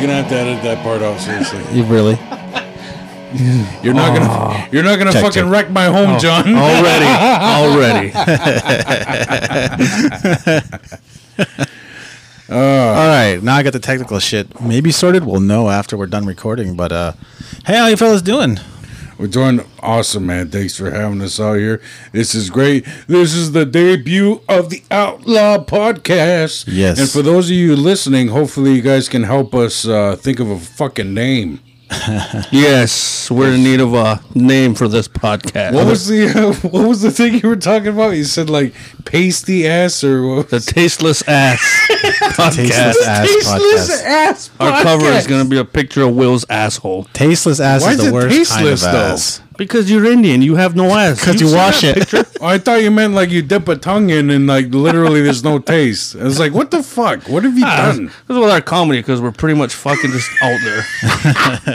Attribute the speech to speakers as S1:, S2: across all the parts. S1: gonna have to edit that part out seriously.
S2: You really?
S1: You're not gonna. You're not gonna
S2: Oh. Check,
S1: fucking
S2: check. Oh.
S1: wreck my home, John.
S2: Already. Already. Uh, All right, now I got the technical shit. Maybe sorted. We'll know after we're done recording. But uh, hey, how you fellas doing?
S1: We're doing awesome, man. Thanks for having us out here. This is great. This is the debut of the Outlaw Podcast.
S2: Yes.
S1: And for those of you listening, hopefully you guys can help us uh, think of a fucking name.
S3: Yes, we're in need of a name for this podcast.
S1: What was the uh, What was the thing you were talking about? You said like pasty ass or what?
S3: the tasteless ass podcast?
S2: Tasteless ass
S1: Tasteless
S2: podcast.
S1: ass.
S3: Our cover is
S1: podcast.
S3: going to be a picture of Will's asshole.
S2: Tasteless ass
S1: Why
S2: is
S1: is
S2: the
S1: it
S2: worst kind of
S1: tasteless, though?
S2: ass.
S3: Because you're Indian, you have no ass.
S2: Because you,
S3: see
S2: wash
S3: that
S2: it.
S1: Oh, I thought you meant like you dip a tongue in and like literally there's no taste. I was like, what the fuck? What have you
S3: picture?
S1: done?
S3: This is what our comedy because we're pretty much fucking just out there.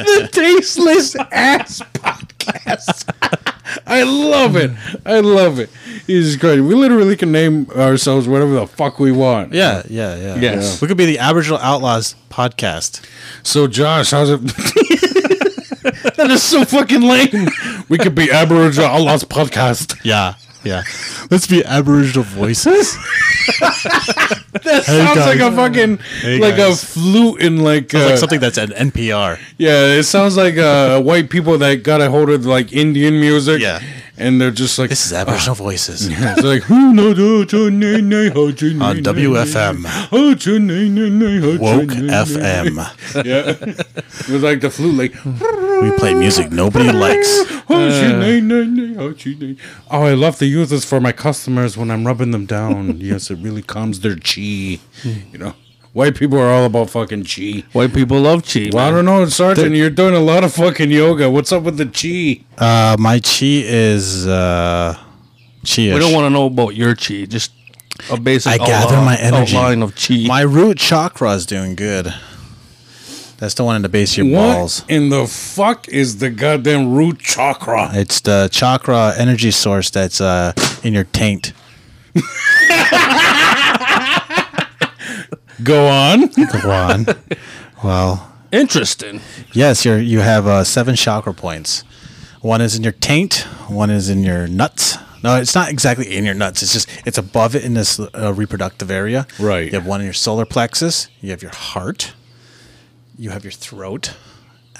S1: the tasteless ass podcast. I love it. I love it. Jesus Christ. We literally can name ourselves whatever the fuck we want.
S2: Yeah, yeah, yeah.
S3: Yes.
S2: We could be the Aboriginal Outlaws podcast.
S1: So Josh, how's it That is so fucking lame. We could be Aboriginal Outlaws podcast.
S2: Yeah, yeah. Let's be Aboriginal voices.
S1: That sounds like
S2: guys.
S1: a fucking
S2: Hey,
S1: like
S2: guys.
S1: a flute in like,
S2: It's
S1: uh,
S2: like something that's an NPR.
S1: Yeah, it sounds like uh, white people that got a hold of like Indian music.
S2: Yeah.
S1: And they're just like
S2: This is Aboriginal voices
S1: it's like Oh, on oh,
S2: on WFM,
S1: WFM.
S2: Woke FM.
S1: oh, Yeah. It was like the flute, like.
S2: We play music nobody likes.
S1: Oh, I love to use this for my customers when I'm rubbing them down. yes, it really calms their chi. You know, white people are all about fucking chi.
S3: White people love cheap.
S1: Well, I don't know, Sergeant. You're doing a lot of fucking yoga. What's up with the chi?
S2: Uh, my chi is uh, chi.
S3: We don't want to know about your chi. Just a basic.
S2: I gather
S3: outline-
S2: my energy.
S3: Outline of chi.
S2: My root chakra is doing good. That's the one in the base of your balls.
S1: What in the fuck is the goddamn root chakra?
S2: It's the chakra energy source that's uh, in your taint.
S1: Go on.
S2: Go on. well,
S3: Interesting.
S2: yes, you you have uh, seven chakra points. One is in your taint. One is in your nuts. No, it's not exactly in your nuts. It's just it's above it in this uh, reproductive area.
S1: Right.
S2: You have one in your solar plexus. You have your heart. You have your throat.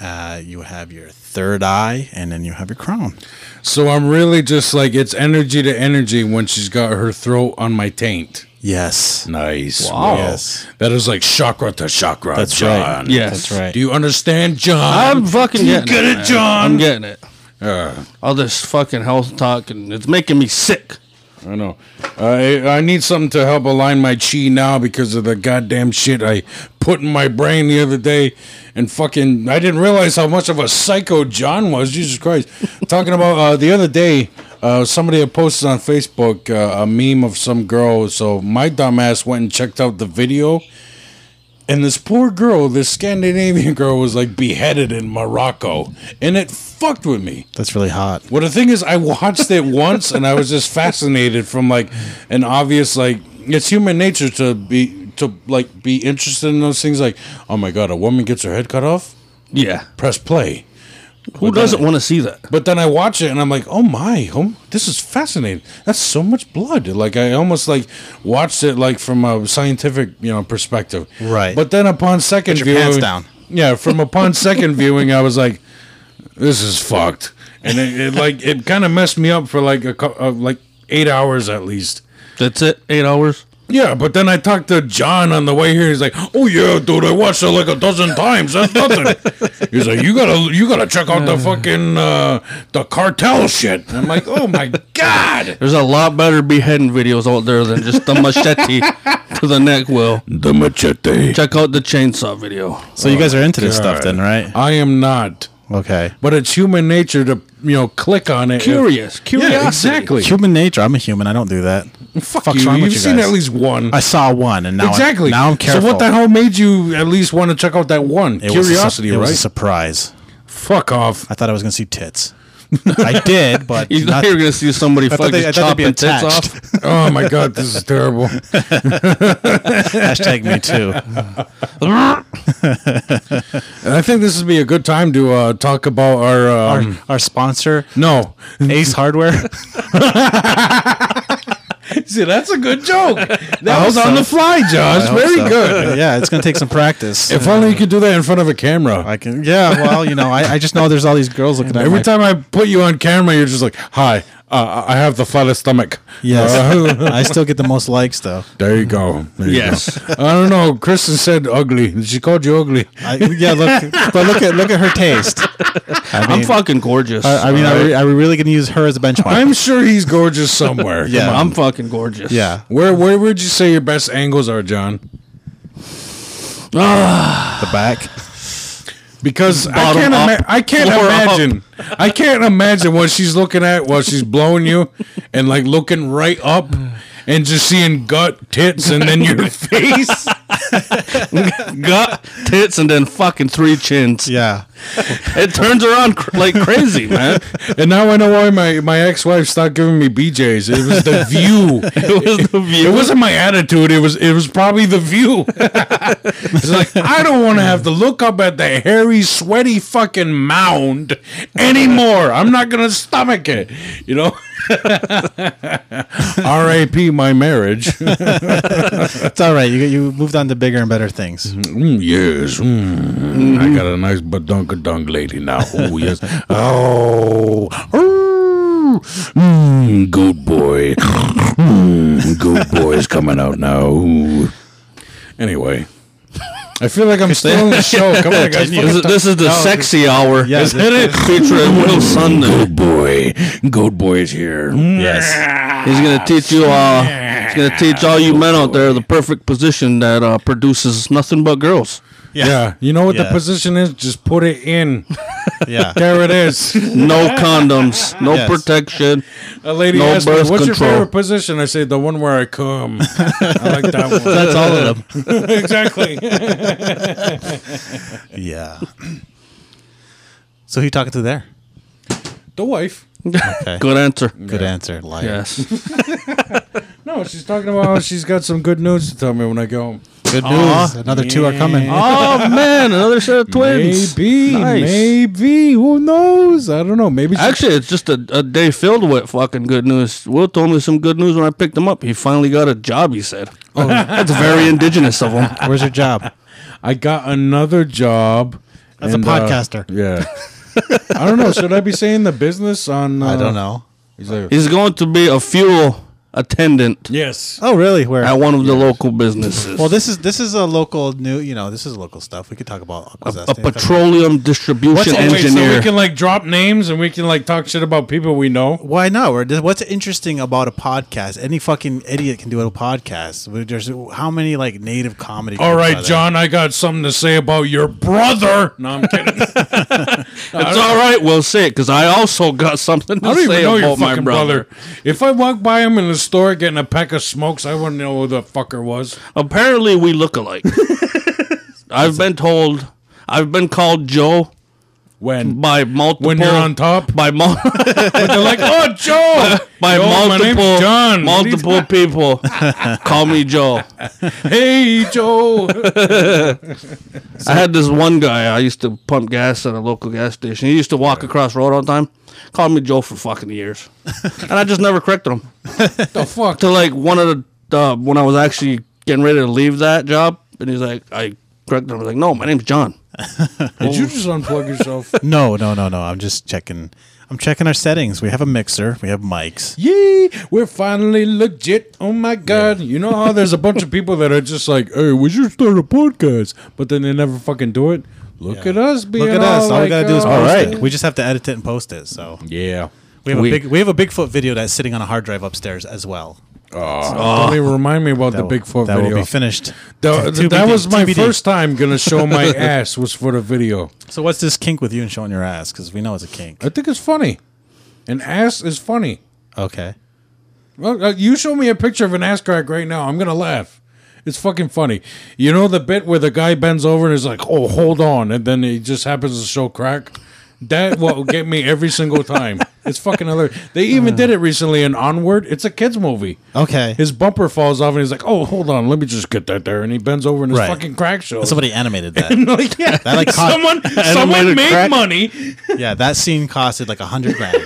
S2: Uh, you have your third eye, and then you have your crown.
S1: So I'm really just like it's energy to energy when she's got her throat on my taint.
S2: Yes.
S1: Nice.
S3: Wow.
S2: Yes.
S1: That is like chakra to chakra.
S2: That's
S1: John.
S2: right.
S3: Yes.
S2: That's right.
S1: Do you understand, John?
S3: I'm fucking getting
S1: get it,
S3: man.
S1: John?
S3: I'm getting it.
S1: Uh,
S3: All this fucking health talk and it's making me sick.
S1: I know. I I need something to help align my chi now because of the goddamn shit I put in my brain the other day, and fucking I didn't realize how much of a psycho John was. Jesus Christ! Talking about uh, the other day, uh, somebody had posted on Facebook uh, a meme of some girl. So my dumbass went and checked out the video. And this poor girl, this Scandinavian girl, was like beheaded in Morocco. And it fucked with me.
S2: That's really hot.
S1: Well, the thing is, I watched it once and I was just fascinated from like an obvious like it's human nature to be to like be interested in those things. Like, oh my god, a woman gets her head cut off.
S3: Yeah.
S1: Press play.
S3: Who doesn't want to see that?
S1: But then I watch it and I'm like, oh my, oh, this is fascinating. That's so much blood. Like I almost like watched it like from a scientific you know perspective.
S2: Right.
S1: But then upon second
S2: your
S1: viewing,
S2: pants down.
S1: yeah, from upon second viewing, I was like, this is fucked, and it, it like it kind of messed me up for like a cou- uh, like eight hours at least.
S3: That's it. Eight hours.
S1: Yeah, but then I talked to John on the way here. He's like, "Oh yeah, dude, I watched it like a dozen times. That's nothing." He's like, "You gotta, you gotta check out the fucking uh, the cartel shit." And I'm like, "Oh my god,
S3: There's a lot better beheading videos out there than just the machete to the neck. Will
S1: the machete."
S3: check out the chainsaw video.
S1: Oh
S2: So you guys are into this stuff then, right?
S1: I am not,
S2: Okay.
S1: but it's human nature to you know click on it.
S3: Curious,
S1: Yeah,
S3: curiosity.
S1: exactly.
S2: Human nature. I'm a human. I don't do that.
S1: Fuck
S2: fuck's
S1: you.
S2: wrong
S1: You've
S2: with you
S1: seen
S2: guys?
S1: at least one.
S2: I saw one, and now
S1: exactly.
S2: I'm, now I'm careful.
S1: So what the hell made you at least want to check out that one?
S2: It was a su-
S1: Curiosity,
S2: It was a
S1: right?
S2: surprise.
S1: Fuck off.
S2: I thought I was gonna see tits. I did, but
S3: You thought
S2: not-
S3: you were gonna see somebody
S2: I thought
S3: fucking
S2: they- I thought they'd
S3: chopping
S2: be
S3: tits off.
S2: attached.
S1: Oh my god, this is terrible.
S2: hashtag me too.
S1: And I think this would be a good time to uh, talk about our.
S2: Our,
S1: Um,
S2: our sponsor,
S1: no.
S2: Ace Hardware.
S1: See, that's a good joke. That
S2: hope
S1: was on
S2: so.
S1: the fly, Josh. Very
S2: So,
S1: good.
S2: yeah, it's gonna take some practice.
S1: If only you could do that in front of a camera.
S2: I can, yeah. Well, you know, I, I just know there's all these girls looking at
S1: Every
S2: my-
S1: time I put you on camera, you're just like, "Hi, uh, I have the flattest stomach."
S2: Yes, I still get the most likes though.
S1: There you go. There you
S3: Yes.
S1: go. I don't know. Kristen said ugly. She called you ugly.
S2: I, yeah, look, but look at look at her taste. I
S3: I'm
S2: mean,
S3: fucking gorgeous.
S2: I, I mean, are, we, are we really gonna use her as a benchmark?
S1: I'm sure he's gorgeous somewhere.
S2: Yeah.
S1: Come on.
S3: I'm fucking gorgeous.
S2: yeah,
S1: Where where would you say your best angles are, John?
S2: the back.
S1: Because I
S3: Bottom
S1: can't,
S3: up,
S1: ima- I can't
S3: floor up.
S1: imagine. I can't imagine what she's looking at while she's blowing you, and like looking right up, and just seeing gut, tits, and then your face.
S3: Gut, tits, and then fucking three chins.
S2: Yeah,
S3: It turns around cr- like crazy, man.
S1: And now I know why my, my ex wife stopped giving me BJ's. It was the view.
S3: It was the
S1: It
S3: view.
S1: wasn't my attitude. It was it was probably the view. it's like I don't want to have to look up at the hairy, sweaty fucking mound anymore. I'm not gonna stomach it. You know. R.A.P. My marriage. Mm,
S2: it's all right. You you moved on to bigger and better things.
S1: yes. Mm. I got a nice badunkadunk lady now. Oh yes. Oh. Ooh. Mm, good boy. Mm, good boy is coming out now. Ooh. Anyway. I feel like I'm still in the show. Come on, guys.
S3: This is, this is the sexy hour.
S2: Yeah,
S3: Is
S2: this-
S3: it it? Featuring Will Sundin.
S1: Good boy. Good boy is here.
S2: Yes.
S3: He's gonna teach you all. He's gonna teach all you men out there the perfect position that uh, produces nothing but girls.
S1: Yeah. You know what the
S2: Yeah.
S1: position is? Just put it in.
S2: Yeah,
S1: There it is.
S3: No condoms. No
S2: Yes.
S3: protection.
S1: A lady
S3: No
S1: asked me,
S3: birth
S1: what's your
S3: control."
S1: favorite position? I say, the one where I come. I like that one.
S2: that's all of them.
S1: exactly.
S2: Yeah. So who you talking to there?
S1: the wife.
S2: Okay.
S3: Good answer.
S2: Good answer. Liar.
S3: Yes.
S1: No, she's talking about how she's got some good news to tell me when I go home.
S2: Good news. Another two are coming.
S3: oh man, another set of twins.
S1: Maybe,
S3: Nice.
S1: maybe. Who knows? I don't know. Maybe she-
S3: Actually, it's just a, a day filled with fucking good news. Will told me some good news when I picked him up. He finally got a job. He said, oh, "That's very indigenous of him."
S2: Where's your job?
S1: I got another job
S2: As a
S1: uh,
S2: podcaster.
S1: yeah. I don't know. Should I be saying the business on? Uh,
S2: I don't know.
S1: He's like,
S3: He's going to be a fuel attendant
S1: yes.
S2: Oh, really? Where?
S3: at one of the local businesses.
S2: Well, this is this is a local new. You know, this is local stuff. We could talk about Aquazest.
S3: a petroleum distribution
S1: Oh, wait, so
S3: engineer.
S1: we can like drop names and we can like talk shit about people we know.
S2: Why not? Or does- What's interesting about a podcast? Any fucking idiot can do a podcast. We- There's how many like native comedy.
S1: All
S2: groups
S1: right,
S2: are there?
S1: John, I got something to say about your brother. No, I'm kidding. I
S3: it's all right. We'll say it because I also got something to
S1: don't even
S3: say
S1: know
S3: about
S1: your
S3: my
S1: fucking
S3: brother.
S1: brother. If I walked by him in the store getting a pack of smokes, I wouldn't know who the fucker was.
S3: Apparently, we look alike. I've been told. I've been called Joe
S1: When?
S3: by multiple.
S1: When you're on top?
S3: By multiple.
S1: But they're like, oh, Joe!
S3: by
S1: Yo, my name's
S3: multiple
S1: John.
S3: multiple people. Call me Joe.
S1: Hey, Joe!
S3: I had this one guy I used to pump gas at a local gas station. He used to walk across road all the time. Called me Joe for fucking years, and I just never corrected him.
S1: the fuck?
S3: To like one of the uh, when I was actually getting ready to leave that job, and he's like, I corrected him. I was like, No, my name's John.
S1: Did you just unplug yourself?
S2: No, no, no, no. I'm just checking. I'm checking our settings. We have a mixer. We have mics.
S1: Yee, we're finally legit. Oh my god. You know how there's a bunch of people that are just like, hey, we should start a podcast, but then they never fucking do it? Look at us, being
S2: Look at us. All
S1: like,
S2: we gotta do is
S1: uh,
S2: post
S3: right.
S2: it. We just have to edit it and post it. So
S1: Yeah.
S2: we have
S3: We-
S2: a big we have a Bigfoot video that's sitting on a hard drive upstairs as well.
S1: Don't even remind me about the
S2: Oh. That will-
S1: Bigfoot
S2: that
S1: video.
S2: will be finished.
S1: Tha-
S2: TBD.
S1: that was my
S2: TBD.
S1: first time gonna show my ass was for the video.
S2: So what's this kink with you and showing your ass? Because we know it's a kink.
S1: I think it's funny. An ass is funny.
S2: Okay.
S1: Well, uh, you show me a picture of an ass crack right now, I'm gonna laugh. It's fucking funny. You know the bit where the guy bends over and is like, "Oh, hold on," and then he just happens to show crack. That will get me every single time. It's fucking hilarious. They even did it recently in Onward. It's a kids movie.
S2: Okay.
S1: His bumper falls off, and he's like, "Oh, hold on, let me just get that there." And he bends over, and his
S2: Right.
S1: fucking crack shows.
S2: Somebody animated that.
S1: like, yeah,
S2: That, like, caught-
S1: someone, someone
S3: animated
S1: made
S3: crack.
S1: money
S2: yeah, that scene costed like a hundred grand.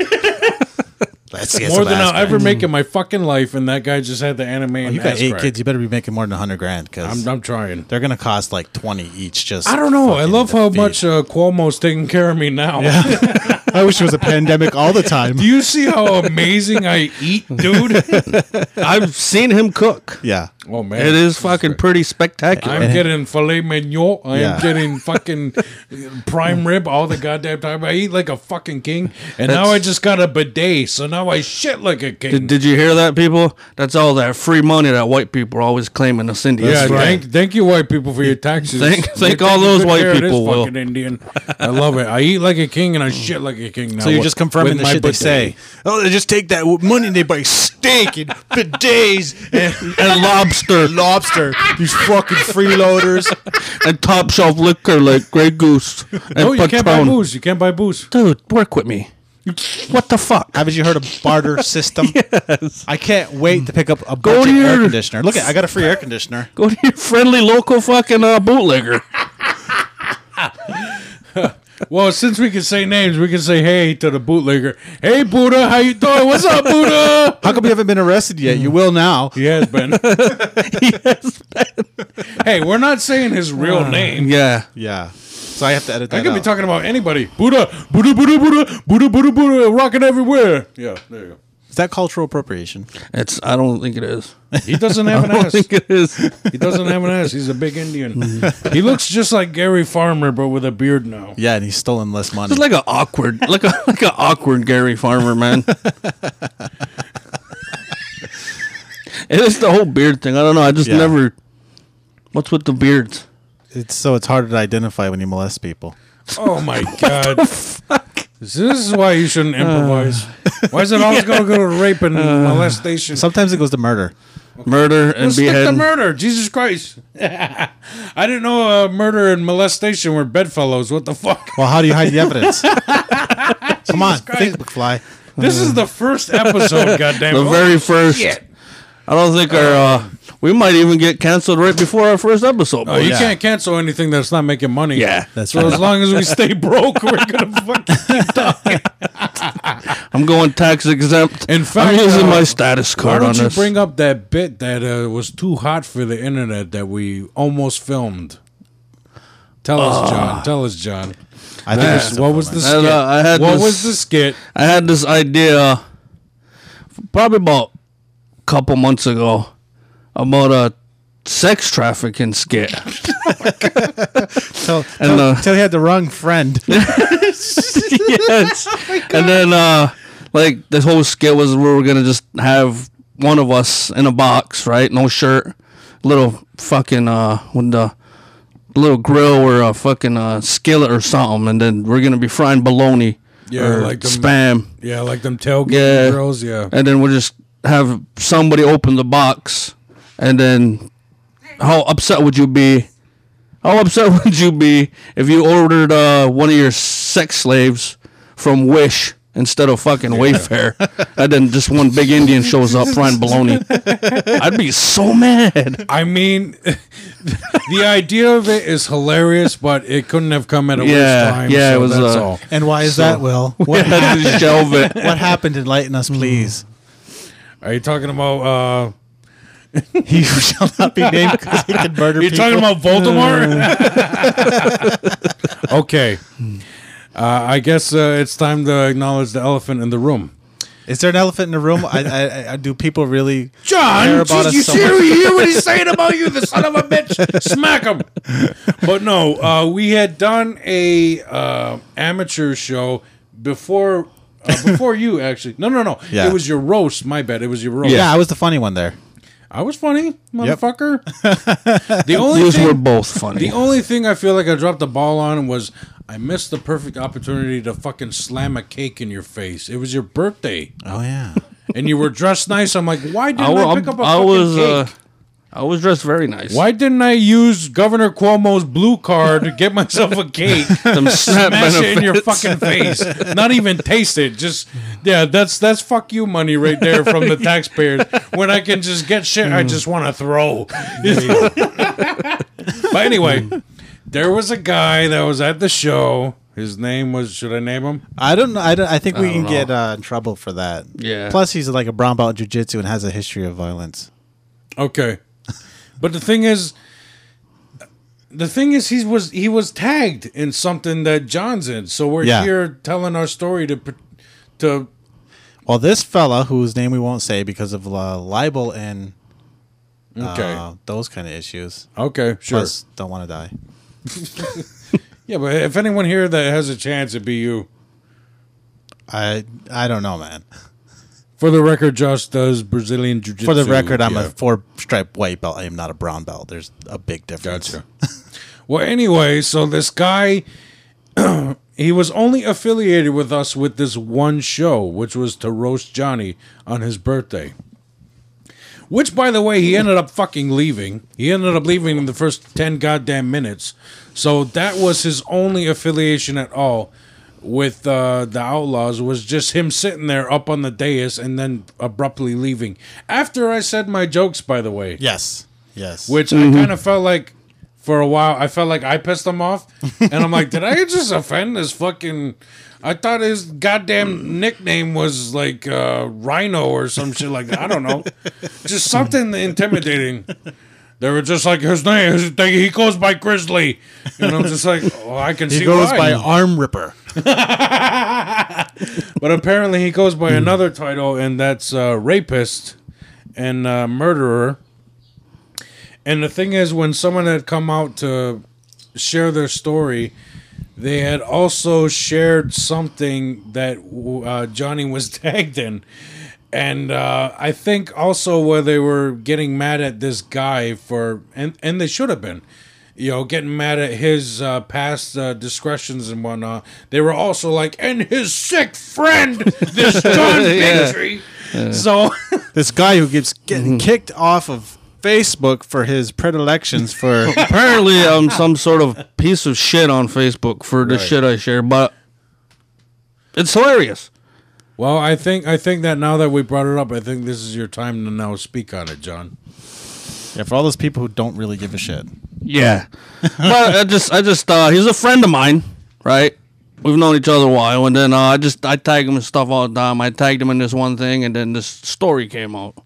S2: Let's get
S1: more
S2: some
S1: than
S2: ass
S1: I'll ever
S2: crack.
S1: make in my fucking life, and that guy just had the anime. And
S2: Oh, You got
S1: ass
S2: eight
S1: crack.
S2: kids. You better be making more than a hundred grand because
S1: I'm, I'm trying.
S2: they're gonna cost like twenty each. Just
S1: I don't know. I
S2: fucking
S1: love
S2: to
S1: how
S2: feed.
S1: much uh, Cuomo's taking care of me now.
S2: I wish it was a pandemic all the time.
S1: Do you see how amazing I eat, dude?
S3: I've seen him cook.
S2: yeah.
S1: Oh man,
S3: It is fucking pretty spectacular.
S1: I'm getting filet mignon. I
S2: Yeah.
S1: am getting fucking prime rib all the goddamn time. I eat like a fucking king, and now I just got a bidet, so now I shit like a king.
S3: Did, did you hear that, people? That's all that free money that white people are always claiming us Indians.
S1: yeah,
S3: for.
S1: thank, thank you, white people, for your taxes.
S3: Thank-
S1: You're
S3: thank all
S1: taking
S3: those
S1: good
S3: white
S1: care of this
S3: people, Will.
S1: Fucking Indian, I love it. I eat like a king and I shit like a king now.
S2: So you're
S1: with-
S2: just confirming
S1: with
S2: the
S1: my
S2: shit they
S1: bidet.
S2: say. Oh, they just take that money and they buy steak and bidets and,
S3: and lobster
S2: lobster. These fucking freeloaders.
S3: and top shelf liquor like Grey Goose and
S1: No, you can't buy
S3: Patron.
S1: booze. You can't buy booze.
S3: Dude, work with me. What the fuck?
S2: Haven't you heard of barter system? I can't wait to pick up a
S3: Go
S2: budget
S3: to
S2: air
S3: your-
S2: conditioner. Look, at, I got a free air conditioner.
S3: Go to your friendly local fucking uh, bootlegger.
S1: Well, since we can say names, we can say hey to the bootlegger. Hey, Buddha, how you doing? What's up, Buddha?
S2: How come you haven't been arrested yet? You will now.
S1: He has been. Hey, we're not saying his real name.
S3: Ah, Yeah.
S2: Yeah. So I have to edit that
S1: I could be
S2: out.
S1: talking about anybody. Buddha, Buddha, Buddha, Buddha, Buddha, Buddha, Buddha, rocking everywhere. Yeah, there you
S2: Is that cultural appropriation?
S3: It's. I don't think it is.
S1: go. He doesn't have an
S3: I don't
S1: ass.
S3: think it is.
S1: He doesn't have an ass. He's a big Indian. he looks just like Gary Farmer, but with a beard now.
S2: Yeah, and he's stolen less money.
S3: It's like an awkward, like a like an awkward Gary Farmer man. it is the whole beard thing. I don't know. I just
S2: Yeah.
S3: never. What's with the beards?
S2: it's so it's harder to identify when you molest people.
S1: Oh my god. This is why you shouldn't improvise. why is it always going to go to rape and molestation?
S2: Sometimes it goes to murder.
S3: Murder and
S1: Let's stick to
S3: beheading.
S1: murder. Jesus Christ. I didn't know uh, murder and molestation were bedfellows. What the fuck?
S2: Well, how do you hide the evidence? Come on, think, McFly.
S1: This is the first episode, goddamn. Oh,
S3: the very first. I don't think our. Uh, we might even get canceled right before our first episode.
S1: Oh, you
S3: boys.
S2: yeah.
S1: can't cancel anything that's not making money.
S3: Yeah.
S2: That's
S1: so
S2: right.
S1: as long as we stay broke, we're gonna fucking keep talking.
S3: I'm going tax exempt.
S1: In fact,
S3: I'm using
S1: uh,
S3: my status
S1: Why
S3: card on
S1: don't you
S3: this.
S1: bring up that bit that uh, was too hot for the internet that we almost filmed? Tell
S3: Ah.
S1: us, John. Tell us, John.
S2: I think it's
S1: what was the
S3: I don't
S1: skit?
S3: know, I had
S1: what
S3: this-
S1: was the skit?
S3: I had this idea probably about a couple months ago about a sex trafficking skit.
S2: Tell,
S3: And,
S2: tell,
S3: uh,
S2: tell he had the wrong friend.
S3: yes. and then uh like this whole skit was we were gonna just have one of us in a box, right? No shirt, little fucking uh with the little grill or a fucking uh, skillet or something, and then we're gonna be frying bologna
S1: Yeah,
S3: or
S1: like them-
S3: spam.
S1: Yeah, like them tailgate
S3: Yeah.
S1: girls. Yeah,
S3: and then we'll just have somebody open the box and then how upset would you be how upset would you be if you ordered uh, one of your sex slaves from wish instead of fucking wayfair and then just one big indian shows up frying baloney i'd be so mad
S1: I mean, the idea of it is hilarious, but it couldn't have come at a
S3: Yeah,
S1: worse time.
S3: yeah,
S1: so
S3: it was,
S1: That's
S3: uh,
S1: all.
S2: And why is that, Will? What,
S3: I'd just shelve it
S2: what happened? Enlighten us, please.
S1: Are you talking about? uh
S2: He shall not be named because he can murder
S1: You're
S2: people.
S1: talking about Voldemort? okay. Uh, I guess uh, it's time to acknowledge the elephant in the room.
S2: is there an elephant in the room? I, I, I- I, do people really? care
S1: John,
S2: about
S1: did
S2: us
S1: you
S2: so
S1: hear,
S2: much?
S1: you hear what he's saying about you, the son of a bitch? Smack him. But no, uh, we had done a uh, amateur show before uh, before you actually. No, no, no.
S2: Yeah.
S1: It was your roast. My bad. It was your roast.
S2: Yeah. I was the funny one there.
S1: I was funny, motherfucker. the only
S3: these were
S1: thing,
S3: both funny
S1: the only thing I feel like I dropped the ball on was I missed the perfect opportunity to fucking slam a cake in your face. It was your birthday,
S2: Oh yeah.
S1: and you were dressed nice. I'm like, why didn't I,
S3: wa-
S1: pick up a
S3: I
S1: fucking
S3: was
S1: cake?
S3: uh, I was dressed very nice.
S1: Why didn't I use Governor Cuomo's blue card to get myself a cake?
S3: Some snap
S1: Smash it in your
S3: benefits.
S1: fucking face. Not even taste it. Just yeah, that's that's fuck you money right there from the taxpayers. When I can just get shit I just want to throw. but anyway, there was a guy that was at the show. His name was should I name him?
S2: I don't know. I, don't, I think we can
S3: know.
S2: get uh, in trouble for that.
S3: Yeah.
S2: Plus, he's like a brown belt in jujitsu and has a history of violence.
S1: Okay. But the thing is the thing is he was he was tagged in something that John's in. So we're
S2: Yeah.
S1: here telling our story to pr- to
S2: Well, this fella, whose name we won't say because of uh, libel and
S1: okay.
S2: uh, those kind of issues.
S1: okay, sure.
S2: Plus, don't want to die.
S1: Yeah, but if anyone here that has a chance it'd be you.
S2: I I don't know, man.
S1: For the record, Josh does Brazilian jiu-jitsu.
S2: For the record, I'm
S1: Yeah.
S2: a four stripe white belt. I am not a brown belt. There's a big difference.
S1: Gotcha. well, anyway, so this guy, he was only affiliated with us with this one show, which was to roast Johnny on his birthday. Which, by the way, he ended up fucking leaving. He ended up leaving in the first 10 goddamn minutes. So that was his only affiliation at all with uh, the Outlaws, was just him sitting there up on the dais and then abruptly leaving. After I said my jokes, by the way
S2: Yes. Yes.
S1: which I kind of felt like for a while I felt like I pissed him off, and I'm like, did I just offend this fucking? I thought his goddamn nickname was like uh, Rhino or some shit like that. I don't know, just something intimidating. They were just like his name. His thing, he goes by Grizzly, and I'm just like, oh, I can
S2: he
S1: see
S2: goes
S1: why.
S2: by arm ripper.
S1: But apparently he goes by another title, and that's uh, rapist and uh, murderer. And the thing is, when someone had come out to share their story, they had also shared something that w- uh, Johnny was tagged in. And uh, I think also where they were getting mad at this guy for, and, and they should have been, you know, getting mad at his uh, past uh, discretions and whatnot. They were also like, and his sick friend, this John
S3: Yeah.
S1: Bigtree. So.
S2: This guy who keeps getting kicked off of Facebook for his predilections for
S3: Apparently, I'm some sort of piece of shit on Facebook for the
S1: Right.
S3: shit I share, but it's hilarious.
S1: Well, I think I think that now that we brought it up, I think this is your time to now speak on it, John.
S2: yeah, for all those people who don't really give a shit.
S3: Yeah, but I just, I just, uh, he's a friend of mine, right? We've known each other a while, and then uh, I just, I tag him and stuff all the time. I tagged him in this one thing, and then this story came out,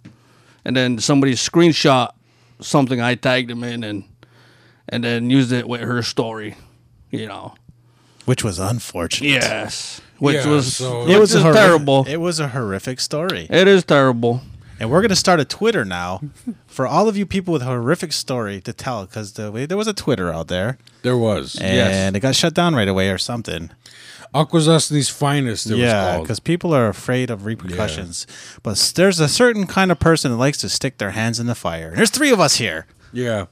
S3: and then somebody screenshot something I tagged him in, and and then used it with her story, you know.
S2: Which was unfortunate.
S3: Yes, which
S1: Yeah,
S3: was
S1: so-
S3: which
S1: It
S3: was
S2: a horrific-
S3: terrible.
S2: It was a horrific story.
S3: It is terrible.
S2: And we're going to start a Twitter now for all of you people with a horrific story to tell because the, there was a Twitter out there
S1: There was
S2: and it got shut down right away or something.
S1: Aquazasni's finest. It
S2: yeah,
S1: was called.
S2: because people are afraid of repercussions. But s- there's a certain kind of person that likes to stick their hands in the fire. And there's three of us here.
S1: Yeah,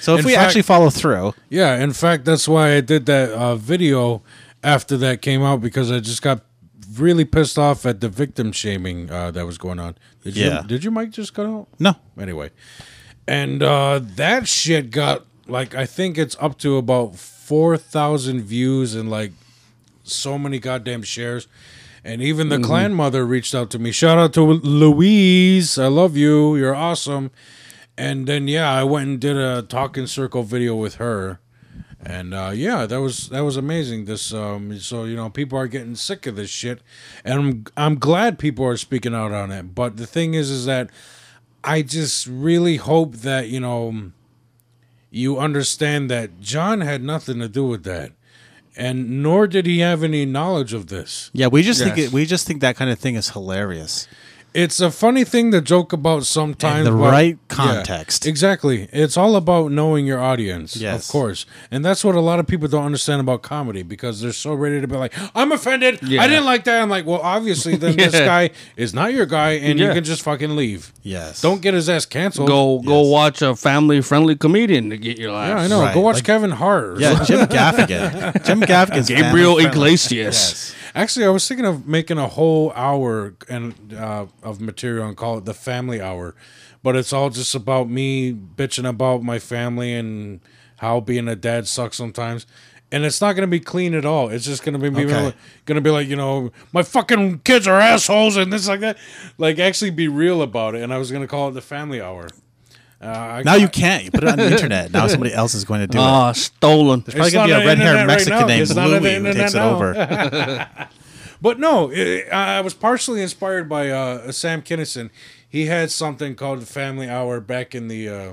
S2: So if
S1: In
S2: we
S1: fact-
S2: actually follow through,
S1: yeah. In fact, that's why I did that uh, video after that came out because I just got really pissed off at the victim shaming uh, that was going on. Did
S2: Yeah.
S1: You, did your mic just cut out?
S2: no.
S1: Anyway, and uh, that shit got like I think it's up to about four thousand views and like so many goddamn shares. And even the clan mother reached out to me. Shout out to Louise. I love you. You're awesome. And then yeah, I went and did a talking circle video with her. And uh, yeah, that was that was amazing. This um, so you know people are getting sick of this shit, and I'm I'm glad people are speaking out on it. But the thing is, is that I just really hope that you know you understand that John had nothing to do with that, and nor did he have any knowledge of this.
S2: Yeah, we just think
S3: Yes.
S2: it, we just think that kind of thing is hilarious.
S1: It's a funny thing to joke about sometimes.
S2: In the
S1: but-
S2: right
S1: Yeah,
S2: context.
S1: exactly. It's all about knowing your audience,
S2: Yes.
S1: of course, and that's what a lot of people don't understand about comedy because they're so ready to be like, "I'm offended. I
S3: Yeah.
S1: didn't like that." I'm like, "Well, obviously, then this
S3: Yeah.
S1: guy is not your guy, and you
S3: Yeah.
S1: can just fucking leave.
S2: Yes.
S1: Don't get his ass canceled."
S3: Go go watch a family friendly comedian to get your laughs.
S1: Yeah, I know.
S2: Right,
S1: Go watch
S2: like-
S1: Kevin Hart. or
S2: Yeah, Jim Gaffigan. Jim Gaffigan's
S3: Gabriel
S2: family friendly.
S3: Iglesias.
S2: Yes.
S1: Actually, I was thinking of making a whole hour and uh, of material and call it the family hour, but it's all just about me bitching about my family and how being a dad sucks sometimes. And it's not going to be clean at all. It's just going to be me
S2: Okay.
S1: going to be like, you know, my fucking kids are assholes and this like that. Like actually be real about it. And I was going to call it the family hour. Uh, I
S2: Now you can't. You put it on the internet. Now somebody else is going to do it.
S3: Ah, stolen.
S2: Probably
S1: it's
S2: gonna be
S1: not
S2: a
S1: on
S2: red
S1: internet
S2: haired
S1: right
S2: Mexican
S1: now.
S2: named
S1: It's not on the
S2: Bluey who
S1: internet
S2: takes it
S1: now.
S2: over.
S1: But no, it, I I was partially inspired by uh, Sam Kinison. He had something called the Family Hour back in the uh,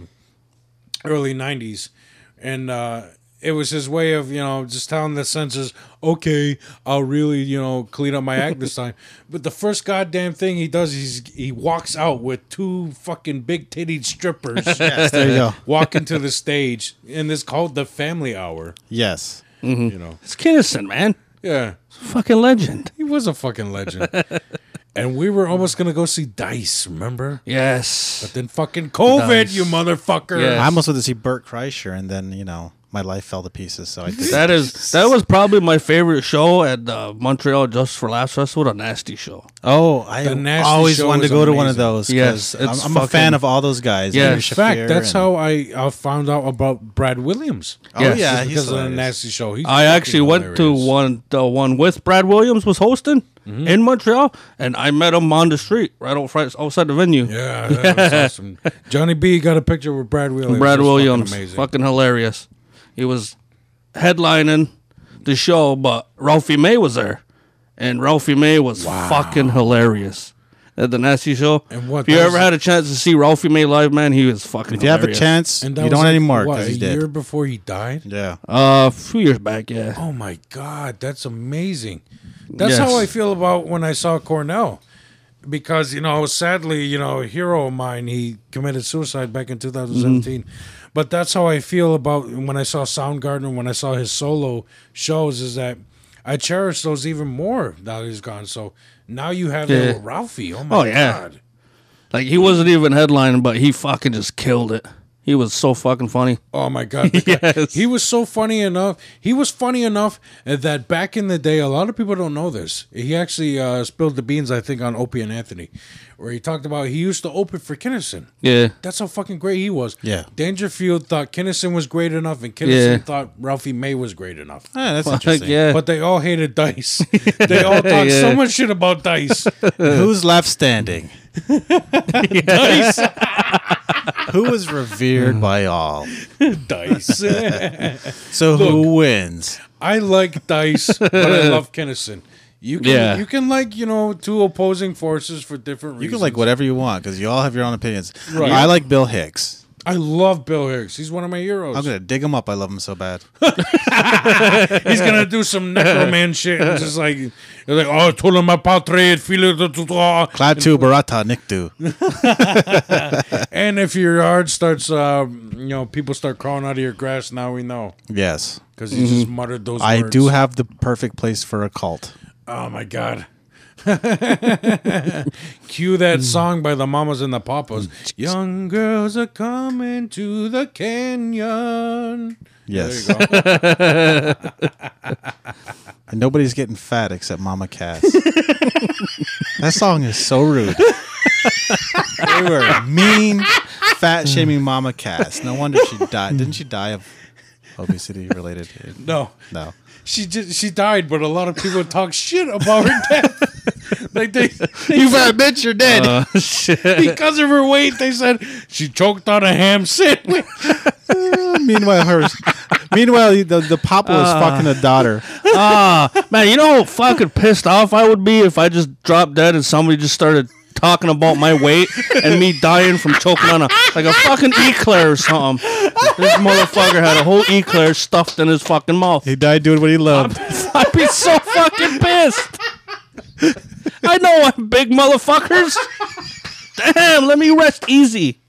S1: early '90s, and uh, it was his way of you know just telling the censors, "Okay, I'll really you know clean up my act this time." But the first goddamn thing he does is he walks out with two fucking big titted strippers
S2: There you go.
S1: walking to the stage, and it's called the Family Hour.
S2: Yes.
S1: You know,
S3: It's Kinnison, man.
S1: yeah.
S3: Fucking legend.
S1: He was a fucking legend. and we were almost gonna go see Dice, remember?
S3: Yes.
S1: Then fucking COVID,
S3: Dice.
S1: you motherfucker.
S3: Yeah.
S2: I almost wanted to see Burt Kreischer, and then you know my life fell to pieces. So I did.
S3: That is that was probably my favorite show at the Montreal Just for Laughs Festival, the nasty show.
S2: Oh, I
S1: The Nasty
S2: always
S1: Show
S2: wanted to
S1: is
S2: go to one of
S1: amazing.
S2: those. 'cause
S3: Yes,
S2: I'm,
S3: it's
S2: I'm a fan
S3: fucking-
S2: of all those guys.
S3: Yeah.
S2: Amir
S3: In
S1: In fact,
S2: Shafir
S1: that's
S2: and-
S1: how I, I found out about Brad Williams.
S2: Oh
S3: Yes.
S2: yeah,
S1: Just
S2: he's
S1: because of the
S2: hilarious.
S1: nasty show. He's
S3: I actually
S1: fucking
S3: went to
S1: hilarious. Mm-hmm.
S3: one the one with Brad Williams was hosting in Montreal, and I met him on the street right out front outside the venue.
S1: Yeah, that was awesome. Johnny B got a picture with Brad Williams.
S3: Brad
S1: It was fucking
S3: Williams,
S1: amazing.
S3: fucking, hilarious. He was headlining the show, but Ralphie May was there, and Ralphie May was fucking hilarious at the Nasty Show.
S1: And what-
S3: if you
S1: that
S3: ever
S1: was-
S3: had a chance to see Ralphie May live, man, he was fucking.
S2: If you have a
S3: hilarious.
S2: chance,
S1: And
S2: you
S1: that was,
S2: don't
S1: like,
S2: anymore
S1: what,
S2: because
S1: a
S2: he did.
S1: year before he died.
S2: Yeah.
S3: uh, a few years back, yeah.
S1: Oh my God, that's amazing. That's
S3: Yes.
S1: how I feel about when I saw Cornell. Because, you know, sadly, you know, a hero of mine, he committed suicide back in 2017.
S3: Mm-hmm.
S1: But that's how I feel about when I saw Soundgarden, when I saw his solo shows, is that I cherish those even more now that he's gone. So now you have
S3: Yeah.
S1: that with Ralphie. Oh my
S3: Oh, yeah.
S1: God.
S3: Like he wasn't even headlining, but he fucking just killed it. He was so fucking funny.
S1: Oh my god! the guy-
S3: Yes.
S1: he was so funny enough. He was funny enough that back in the day, a lot of people don't know this. He actually uh, spilled the beans, I think, on Opie and Anthony, where he talked about he used to open for Kinnison.
S3: Yeah.
S1: That's how fucking great he was.
S2: Yeah.
S1: Dangerfield thought Kinnison was great enough, and Kinnison
S3: Yeah.
S1: thought Ralphie May was great enough.
S2: Ah, that's
S3: Like,
S2: interesting.
S3: yeah.
S1: But they all hated Dice. they all talked so
S3: Yeah.
S1: much shit about Dice.
S2: Who's left standing?
S1: Dice,
S2: Who is revered by all?
S1: Dice.
S2: So who wins?
S1: I like Dice, but I love Kinnison. You can,
S3: Yeah.
S1: you can like you know two opposing forces for different
S2: You
S1: reasons.
S2: can like whatever you want because you all have your own opinions.
S1: Right.
S2: I like Bill Hicks.
S1: I love Bill Hicks. He's one of my heroes.
S2: I'm gonna dig him up. I love him so bad.
S1: He's gonna do some necroman shit and just like you're like oh tola ma patria et filo de tutua."
S2: Klaatu Barata Nikdu.
S1: And if your yard starts, uh, you know, people start crawling out of your grass. Now we know
S2: Yes,
S1: because he just muttered those.
S2: Mm-hmm. I
S1: words.
S2: do have the perfect place for a cult.
S1: oh my god. Cue that song by the Mamas and the Papas. Young girls are coming to the canyon.
S2: Yes,
S1: There you go.
S2: and nobody's getting fat except Mama Cass. that song is so rude. they were mean, fat shaming Mama Cass. No wonder she died. Didn't she die of obesity related?
S1: No,
S2: No.
S1: she just she died, but a lot of people talk shit about her death. like they,
S2: You fat bitch, you're dead.
S3: Uh, shit.
S1: because of her weight, they said she choked on a ham sandwich.
S2: meanwhile, hers. Meanwhile, the the papa was
S1: Ah.
S2: fucking a daughter.
S3: Man, you know how fucking pissed off I would be if I just dropped dead and somebody just started talking about my weight and me dying from choking on a like a fucking eclair or something. This motherfucker had a whole eclair stuffed in his fucking mouth.
S2: He died doing what he loved.
S3: I'd be so fucking pissed. I know I'm big motherfuckers. Damn, let me rest easy.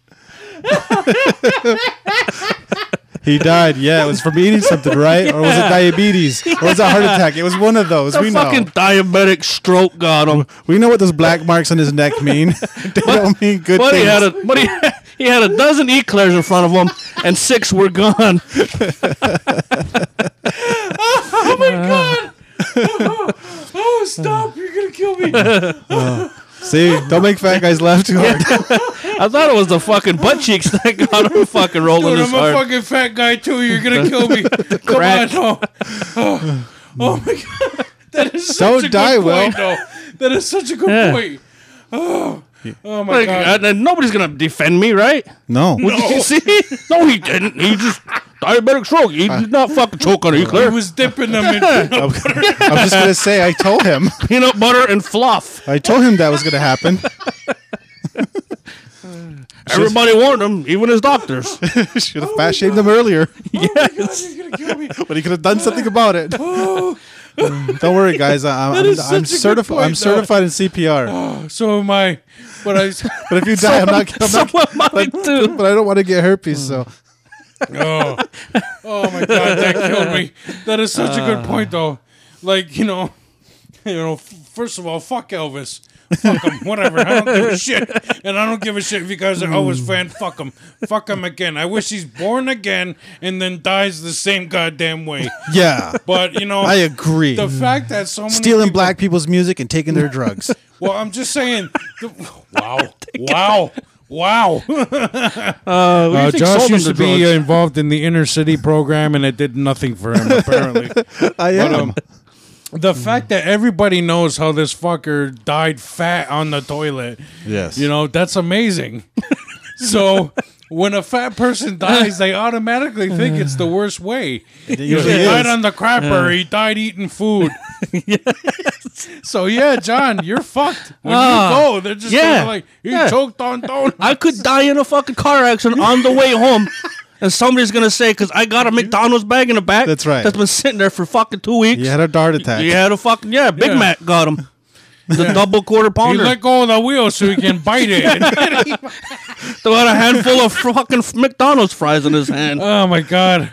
S2: He died. Yeah, it was from eating something, right? Or was it diabetes? Or was it a heart attack? It was one of those.
S3: The
S2: we know.
S3: fucking diabetic stroke got him.
S2: We know what those black marks on his neck mean. they don't mean good
S3: But he
S2: things.
S3: had a but he, he had a dozen eclairs in front of him, and six were gone.
S1: Oh, stop! You're gonna kill me.
S2: See, don't make fat guys laugh too hard.
S3: I thought it was the fucking butt cheeks that got him fucking rolling
S1: Dude,
S3: his
S1: I'm a
S3: heart.
S1: fucking fat guy too. You're gonna kill me. Come on,
S3: crack.
S1: no. Oh, oh my god, that is such
S2: Don't
S1: a
S2: die,
S1: good
S2: Will.
S1: point. Though. That is such a good
S3: Yeah.
S1: point. Oh, oh my
S3: Like,
S1: god.
S3: and- and nobody's gonna defend me, right?
S2: No.
S3: You see? No, he didn't. He just diabetic stroke. He did not fucking choke on it. He
S1: I
S3: cleared
S1: was dipping them in. Oh
S2: I'm just gonna say I told him.
S3: peanut butter and fluff.
S2: I told him that was gonna happen.
S3: Everybody warned him, even his doctors.
S2: Should have
S1: Oh
S2: fat shamed him earlier,
S3: yes.
S1: You're gonna kill me.
S2: but he could have done something about it.
S1: Oh,
S2: Don't worry, guys. I, I'm,
S1: is
S2: I'm, I'm
S1: such a good
S2: certified. I'm
S1: point, though.
S2: certified in CPR.
S1: so am I. But I.
S2: But if you die, I'm not. I'm not
S3: Someone might too.
S2: but I don't want to get herpes, so
S1: Oh, oh my god, that killed me. That is such a good point, though. Like you know, you know. f- First of all, fuck Elvis. Fuck him. Whatever. I don't give a shit, and I don't give a shit if you guys are Elvis fan. Fuck him. Fuck him again. I wish he's born again and then dies the same goddamn way.
S2: yeah.
S1: But you know,
S2: I agree.
S1: The fact that so many
S2: Stealing
S1: people-
S2: black people's music and taking their drugs.
S1: Well, I'm just saying. The, wow. Wow. Wow.
S3: Uh,
S1: Uh, Josh used to be
S3: drugs?
S1: involved in the inner city program, and it did nothing for him. Apparently,
S2: I am.
S1: um, the fact that everybody knows how this fucker died fat on the toilet,
S2: yes.
S1: you know, that's amazing. so when a fat person dies, they automatically think it's the worst way. You know,
S2: usually
S1: he
S2: is.
S1: died on the crapper. He died eating food. So yeah, John, you're fucked when
S3: Ah,
S1: you go. They're just
S3: yeah,
S1: gonna like you
S3: yeah.
S1: choked on donuts.
S3: I could die in a fucking car accident on the way home. And somebody's gonna say, "Cause I got a McDonald's bag in the back.
S2: That's right.
S3: That's been sitting there for fucking two weeks.
S2: You had a dart attack.
S3: He had a fucking yeah. Big
S1: Yeah.
S3: Mac got him. The double quarter
S1: He
S3: pounder.
S1: let go of the wheel so he can bite it.
S3: Throw out a handful of fucking McDonald's fries in his hand.
S1: oh my god.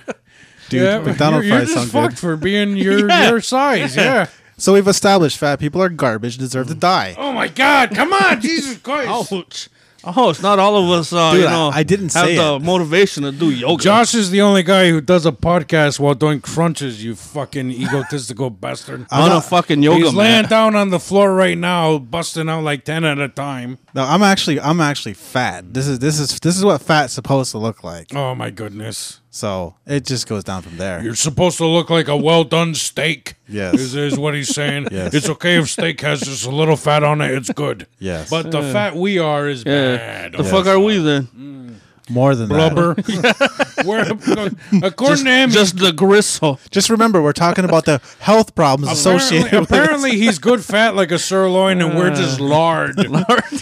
S2: Dude, McDonald's
S1: you're, you're
S2: fries
S1: just
S2: sound
S1: fucked
S2: good.
S1: for being your
S3: Yeah.
S1: your size. Yeah.
S2: So we've established fat people are garbage, deserve to die.
S1: Oh my God! Come on, Jesus Christ!
S3: Ouch. Oh, it's not all of us. Uh,
S2: Dude,
S3: you
S2: I-
S3: know,
S2: I didn't
S3: have
S2: say
S3: the
S2: it.
S3: motivation to do yoga.
S1: Josh is the only guy who does a podcast while doing crunches. You fucking egotistical bastard!
S3: on
S2: I'm
S3: a
S2: not-
S3: fucking yoga
S1: He's laying
S3: mat.
S1: down on the floor right now, busting out like ten at a time.
S2: No, I'm actually I'm actually fat. This is this is this is what fat's supposed to look like.
S1: Oh my goodness!
S2: So it just goes down from there.
S1: You're supposed to look like a well done steak.
S2: Yes.
S1: Is, is what he's saying.
S2: Yes.
S1: It's okay if steak has just a little fat on it, it's good.
S2: Yes.
S1: But the fat we are is
S3: Yeah.
S1: bad.
S3: The fuck are we then?
S2: More than that.
S1: Blubber. We're, according to him,
S3: Just the gristle.
S2: Just remember, we're talking about the health problems associated
S1: Apparently,
S2: with it. Uh.
S1: apparently he's good fat like a sirloin, and we're just lard.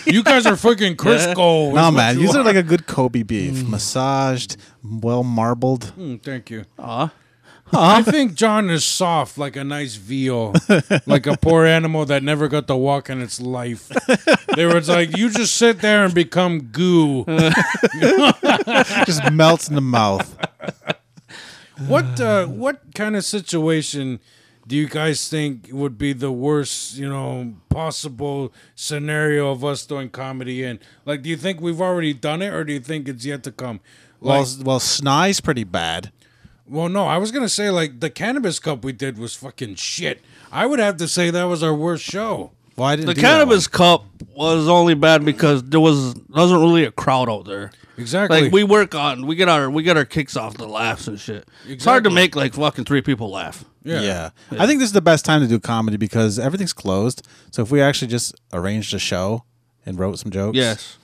S1: You guys are fucking Crisco.
S2: No
S1: is what
S2: man,
S1: you
S2: these are like a good Kobe beef, massaged, well marbled.
S1: Mm, Thank you. I think John is soft like a nice veal, like a poor animal that never got to walk in its life. They were like, you just sit there and become goo.
S2: just melts in the mouth.
S1: What uh, what kind of situation do you guys think would be the worst, you know, possible scenario of us doing comedy in? Like, do you think we've already done it, or do you think it's yet to come?
S2: Well,
S1: Like,
S2: s- well, snie's pretty bad.
S1: well, no, I was gonna say like the cannabis cup we did was fucking shit. I would have to say that was our worst show.
S2: Well, I didn't
S3: The
S2: do that
S3: cannabis cup was only bad because there was wasn't really a crowd out there.
S1: Exactly.
S3: Like we work on, we get our we get our kicks off the laughs and shit. It's hard to
S1: Exactly.
S3: make like fucking three people laugh.
S2: one. Yeah. I think this is the best time to do comedy because everything's closed. So if we actually just arranged a show and wrote some jokes,
S3: Yes.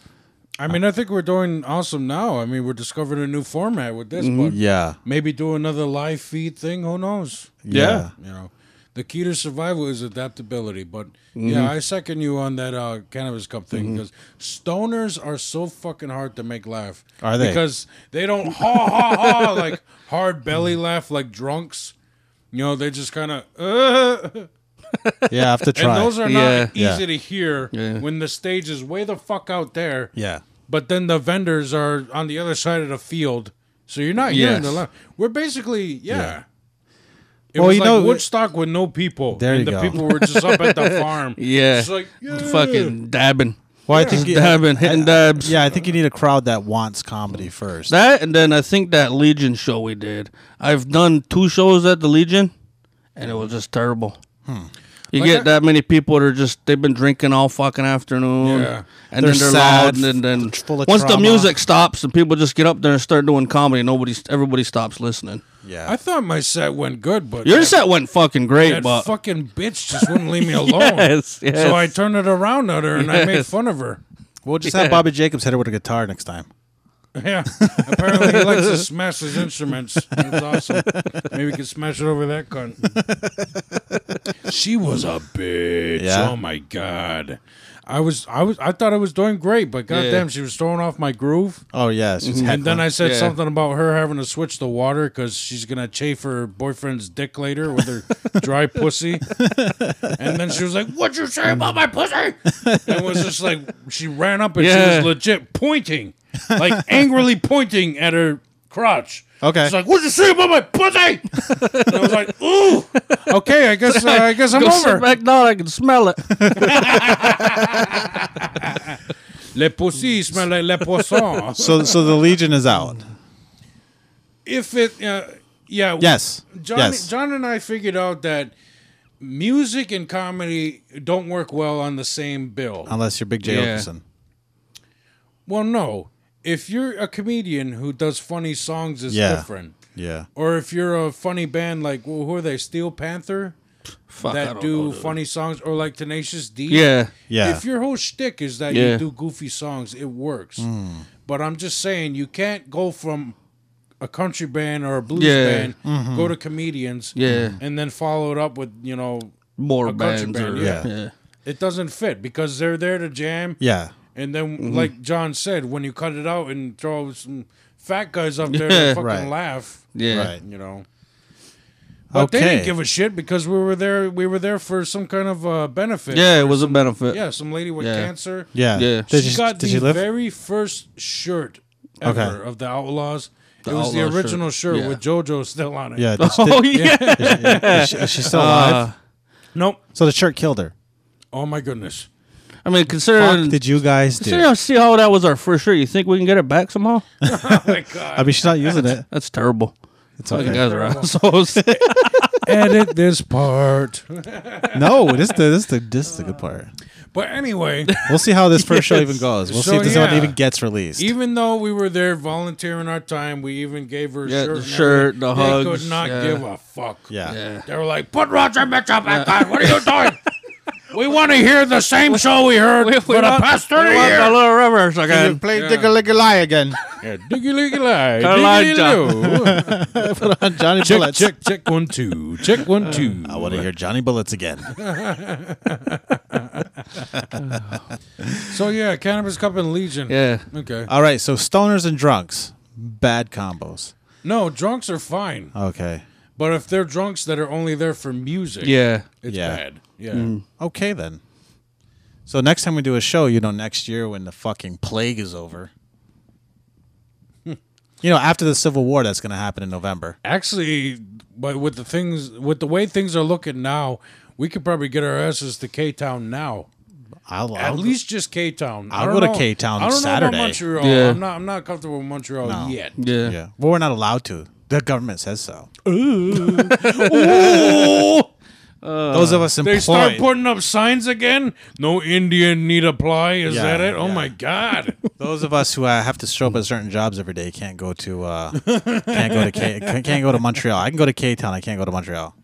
S1: I mean, I think we're doing awesome now. I mean, we're discovering a new format with this,
S3: Mm-hmm.
S1: but
S2: yeah,
S1: maybe do another live feed thing. Who knows?
S2: yeah,
S1: You know, the key to survival is adaptability. But
S2: Mm-hmm.
S1: yeah, I second you on that uh, cannabis cup thing because stoners are so fucking hard to make laugh.
S2: Are they?
S1: Because they don't ha ha ha like hard
S2: Mm-hmm.
S1: belly laugh like drunks. You know, they just kind of. Uh,
S2: yeah. I have to
S1: and
S2: try.
S1: those are
S3: Yeah.
S1: not easy
S2: Yeah.
S1: to hear
S3: Yeah.
S1: when the stage is way the fuck out there.
S2: yeah,
S1: But then the vendors are on the other side of the field, so you're not hearing the
S3: Yes.
S1: loud. We're basically yeah. It
S2: Well,
S1: was
S2: you
S1: like
S2: know-
S1: Woodstock with no people.
S2: There
S1: and
S2: you
S1: the
S2: go.
S1: people were just up at the farm.
S3: Yeah.
S1: It's like yeah.
S3: Fucking dabbing,
S2: Well, I think
S3: dabbing, hitting dabs.
S2: yeah, I think you need a crowd that wants comedy first.
S3: That and then I think that Legion show
S2: Hmm.
S3: we did. I've done two shows at the Legion, and it was just terrible. You
S1: Like
S3: get
S1: I-
S3: that many people that are just they've been drinking all fucking afternoon,
S1: Yeah.
S3: and
S2: They're
S3: then they're
S2: sad,
S3: loud, and then, then
S2: full of
S3: once the
S2: trauma.
S3: music stops and people just get up there and start doing comedy, nobody's everybody stops listening.
S2: Yeah.
S1: I thought my set went good, but
S3: Your
S1: that-
S3: set went fucking great,
S1: that
S3: but
S1: fucking bitch just wouldn't leave me alone.
S3: Yes, yes.
S1: So I turned it around on her and I made
S3: Yes.
S1: fun of her.
S2: we'll just have Bobby Jacobs hit her with a guitar next time.
S1: Yeah. Apparently he likes to smash his instruments. That's awesome. Maybe we can smash it over that cunt. She was a bitch.
S2: Yeah.
S1: Oh my god. I was I was I thought I was doing great, but goddamn, she was throwing off my groove.
S2: Oh yeah, she's
S1: And then I said
S3: Yeah.
S1: something about her having to switch the water because she's gonna chafe her boyfriend's dick later with her dry pussy. And then she was like, "What'd you say about my pussy?" And was just like, she ran up and she
S3: Yeah.
S1: was legit pointing, like angrily pointing at her crotch.
S2: Okay.
S1: she's like, "What'd you say about my pussy?" And I was like, "Ooh, okay, I guess uh, I guess I'm
S3: go sit
S1: over."
S3: back down. I can smell it.
S1: Le pussy smell like le poisson.
S2: so so the Legion is out.
S1: If it, uh, yeah,
S2: Yes.
S1: John,
S2: yes.
S1: John and I figured out that music and comedy don't work well on the same bill.
S2: Unless you're Big J
S3: Yeah.
S2: Okerson.
S1: well, no. If you're a comedian who does funny songs, is
S2: Yeah.
S1: different.
S2: Yeah.
S1: Or if you're a funny band like well, who are they? Steel Panther
S3: Fuck, I
S1: that
S3: don't
S1: do
S3: know, dude.
S1: funny songs, or like Tenacious D.
S3: Yeah,
S2: Yeah.
S1: If your whole shtick is that
S3: Yeah.
S1: you do goofy songs, it works.
S2: Hmm.
S1: But I'm just saying, you can't go from a country band or a blues
S3: Yeah.
S1: band,
S2: Mm-hmm.
S1: go to comedians,
S3: Yeah.
S1: and then follow it up with you know,
S3: more
S1: A country
S3: bands.
S1: band,
S3: or,
S2: yeah.
S3: yeah.
S1: it doesn't fit because they're there to jam.
S2: yeah. Mm-hmm.
S1: And then, like John said, when you cut it out and throw some fat guys up there
S3: Yeah.
S1: to fucking
S2: Right.
S1: laugh,
S3: yeah.
S2: Right.
S1: you know. But they
S2: Okay.
S1: didn't give a shit because we were there. We were there for some kind of uh, benefit.
S3: Yeah, it was a benefit.
S1: yeah. Some lady with
S3: Yeah.
S1: cancer.
S2: Yeah.
S3: Yeah.
S2: Did
S1: she
S2: she,
S1: got the
S2: did she live?
S1: very first shirt ever
S2: Okay.
S1: of the Outlaws. it was
S3: Outlaw
S1: the original shirt,
S3: shirt, yeah.
S1: with JoJo still on it.
S2: yeah. Did,
S3: Oh yeah.
S2: is, she, is she still alive?
S3: Uh,
S1: Nope.
S2: So the shirt killed her.
S1: Oh my goodness.
S3: I mean,
S2: Fuck
S3: considering.
S2: did you guys
S3: See
S2: do?
S3: how, see how that was our first shirt. You think we can get it back somehow?
S1: Oh my god.
S2: I mean, she's not using it.
S3: That's terrible.
S2: It's
S3: Fucking
S2: okay.
S3: guys are assholes.
S1: Edit this part.
S2: No, this is the this is the this is the good part.
S1: But anyway.
S2: We'll see how this first show even goes. We'll see
S1: So,
S2: if this
S1: yeah.
S2: one even gets released.
S1: Even though we were there volunteering our time, we even gave her a
S3: Yeah,
S1: shirt.
S3: the
S1: and
S3: shirt, the
S1: everything. they
S3: hugs,
S1: could not
S3: yeah.
S1: give a fuck.
S2: yeah.
S3: yeah.
S1: They were like, put Roger Mitchell back on. What are you doing? we want to hear the same show we heard for the
S3: want-
S1: past 30 years.
S3: a little reverse again.
S2: play
S1: Yeah.
S2: Lie again.
S1: yeah, diggy liggy lie.
S3: Carolina.
S1: diggy loo.
S2: Johnny
S1: check,
S2: Bullets.
S1: check, check one, two. Check one, two.
S3: Uh,
S2: I want to hear Johnny Bullets again.
S1: So, yeah, Cannabis Cup and Legion.
S3: Yeah.
S1: Okay.
S2: All right, so stoners and drunks, bad combos.
S1: No, drunks are fine.
S3: Uh.
S2: Okay.
S1: But if they're drunks that are only there for music,
S3: Yeah. Mm.
S1: it's
S2: Yeah.
S1: bad. Yeah.
S2: Okay then. So next time we do a show, you know, next year when the fucking plague is over. you know, after the Civil War that's gonna happen in November.
S1: Actually, but with the things, with the way things are looking now, we could probably get our asses to K Town now.
S2: I'll,
S1: At
S2: I'll-
S1: least just K Town.
S2: I'll go to K-Town
S1: I don't
S2: Saturday.
S1: know about Montreal.
S3: Yeah.
S1: I'm not. I'm not comfortable with Montreal
S2: No.
S1: yet.
S3: Yeah.
S2: Yeah. Well we're not allowed to. The government says so. Those of us
S1: They
S2: employed.
S1: start putting up signs again. No Indian need apply. Is
S2: Yeah,
S1: that it? Oh
S2: yeah.
S1: my God!
S2: those of us who uh, have to show up at certain jobs every day can't go to uh, can't go to K- can't go to Montreal. I can go to K Town. I can't go to Montreal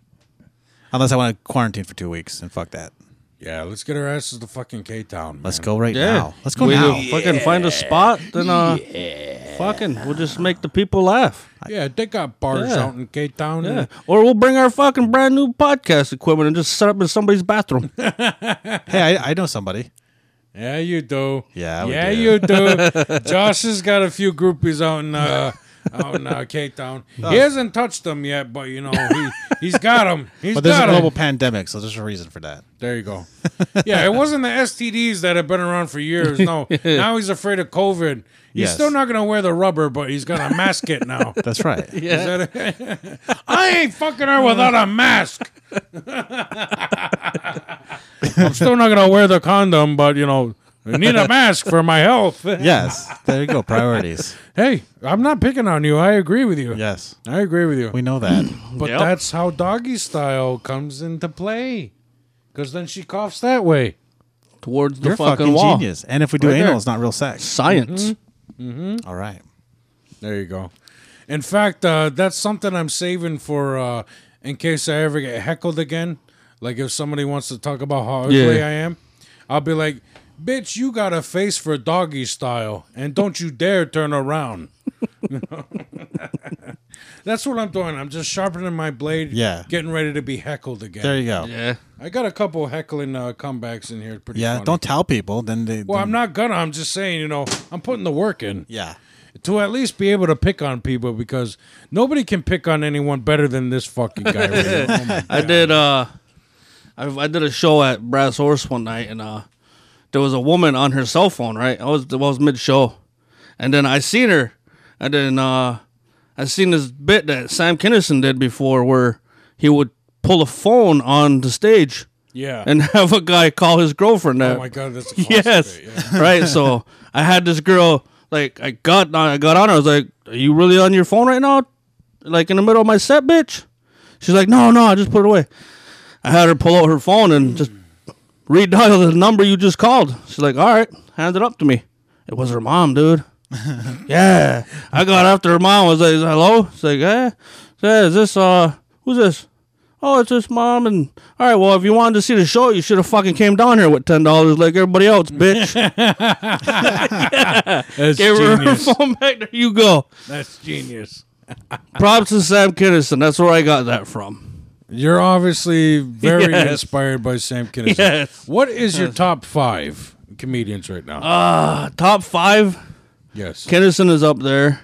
S2: unless I want to quarantine for two weeks and fuck that.
S1: yeah, let's get our asses to fucking K Town.
S2: Let's go right
S3: Yeah.
S2: now. Let's go
S3: we
S2: now.
S3: Fucking find a spot, then uh, fucking, we'll just make the people laugh.
S1: Yeah, they got bars
S3: Yeah.
S1: out in K Town.
S3: Yeah. Or we'll bring our fucking brand new podcast equipment and just set up in somebody's bathroom.
S2: Hey, I, I know somebody.
S1: Yeah, you do.
S2: Yeah, we
S1: yeah,
S2: do.
S1: you do. Josh has got a few groupies out in uh, out in uh, Cape Town.
S2: Oh.
S1: He hasn't touched them yet, but you know he he's got them. He's
S2: But there's a
S1: got 'em.
S2: global pandemic, so there's a reason for that.
S1: There you go. Yeah, it wasn't the STDs that have been around for years. No, now he's afraid of COVID. He's
S2: Yes.
S1: still not gonna wear the rubber, but he's gonna mask it now.
S2: That's right.
S1: Is that- I ain't fucking her without a mask. I'm still not gonna wear the condom, but you know, I need a mask for my health.
S2: Yes. There you go. Priorities.
S1: Hey, I'm not picking on you. I agree with you.
S2: Yes.
S1: I agree with you.
S2: We know that.
S1: But
S3: Yep.
S1: that's how doggy style comes into play. Because then she coughs that way.
S3: towards the
S2: You're
S3: fucking,
S2: fucking,
S3: wall.
S2: genius. And if we do
S1: Right
S2: anal,
S1: there.
S2: it's not real sex.
S3: Science.
S2: All right.
S1: There you go. In fact, uh, that's something I'm saving for uh, in case I ever get heckled again. Like if somebody wants to talk about how ugly
S3: Yeah.
S1: I am, I'll be like, "Bitch, you got a face for doggy style, and don't you dare turn around." that's what I'm doing. I'm just sharpening my blade.
S2: Yeah.
S1: Getting ready to be heckled again.
S2: There you go. Yeah.
S3: Yeah.
S1: I got a couple heckling uh, comebacks in here. Pretty. funny.
S2: don't tell people. Then they.
S1: Well,
S2: then-
S1: I'm not gonna. I'm just saying. You know, I'm putting the work in
S2: Yeah.
S1: to at least be able to pick on people because nobody can pick on anyone better than this fucking guy. Right here. Oh my
S3: I did uh I, I did a show at Brass Horse one night and uh there was a woman on her cell phone, right? I was I was mid show. And then I seen her and then uh I seen this bit that Sam Kinison did before where he would pull a phone on the stage
S1: Yeah.
S3: and have a guy call his girlfriend that.
S1: oh my god, that's a classic
S3: Yes.
S1: bit, yeah.
S3: right. So I had this girl like I got I got on her. I was like, "Are you really on your phone right now? Like in the middle of my set, bitch?" She's like, "No, no, I just put it away." I had her pull out her phone and just redial the number you just called. She's like, "All right, hand it up to me." It was her mom, dude. yeah, I got after her mom. I was like, "Hello?" She's like, "Yeah, yeah, is this uh, who's this?" Oh, it's just mom and all right. Well, if you wanted to see the show, you should have fucking came down here with ten dollars like everybody else, bitch.
S1: That's
S3: Gave her her
S1: genius.
S3: phone back. There you go.
S1: That's genius.
S3: Props to Sam Kinison. That's where I got that from.
S1: You're obviously very
S3: Yes.
S1: inspired by Sam Kinison.
S3: Yes.
S1: What is your top five comedians right now?
S3: Uh, top five.
S1: yes.
S3: Kinison is up there.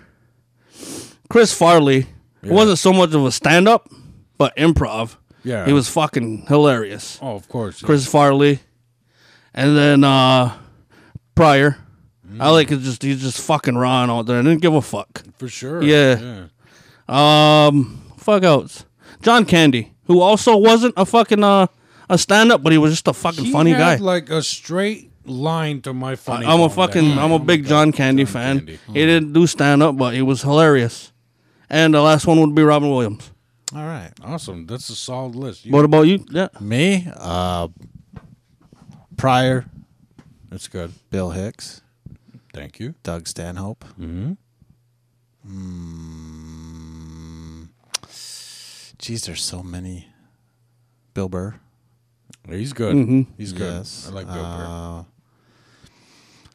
S3: Chris Farley. It wasn't so much of a stand up, but improv.
S1: Yeah.
S3: He was fucking hilarious.
S1: oh, of course. yeah.
S3: Chris Farley. And then uh Pryor. I like it just he's just fucking raw and all there. I didn't give a fuck.
S1: For sure.
S3: Yeah. Um, fuck else. John Candy, who also wasn't a fucking uh, a stand up, but he was just a fucking
S1: He
S3: funny guy.
S1: had like a straight line to my funny.
S3: I'm
S1: bone
S3: a
S1: that
S3: fucking
S1: guy.
S3: I'm a big John Candy fan.
S1: Candy.
S3: He didn't do stand up, but he was hilarious. And the last one would be Robin Williams.
S2: All right.
S1: Awesome. That's a solid list. You-
S3: What about you? Yeah.
S2: Me, uh, Pryor,
S1: That's good.
S2: Bill Hicks,
S1: Thank you.
S2: Doug Stanhope. Mm-hmm. Geez, Hmm. there's so many. Bill Burr.
S1: He's good. He's good.
S2: Yes.
S1: I like Bill Burr.
S3: Uh,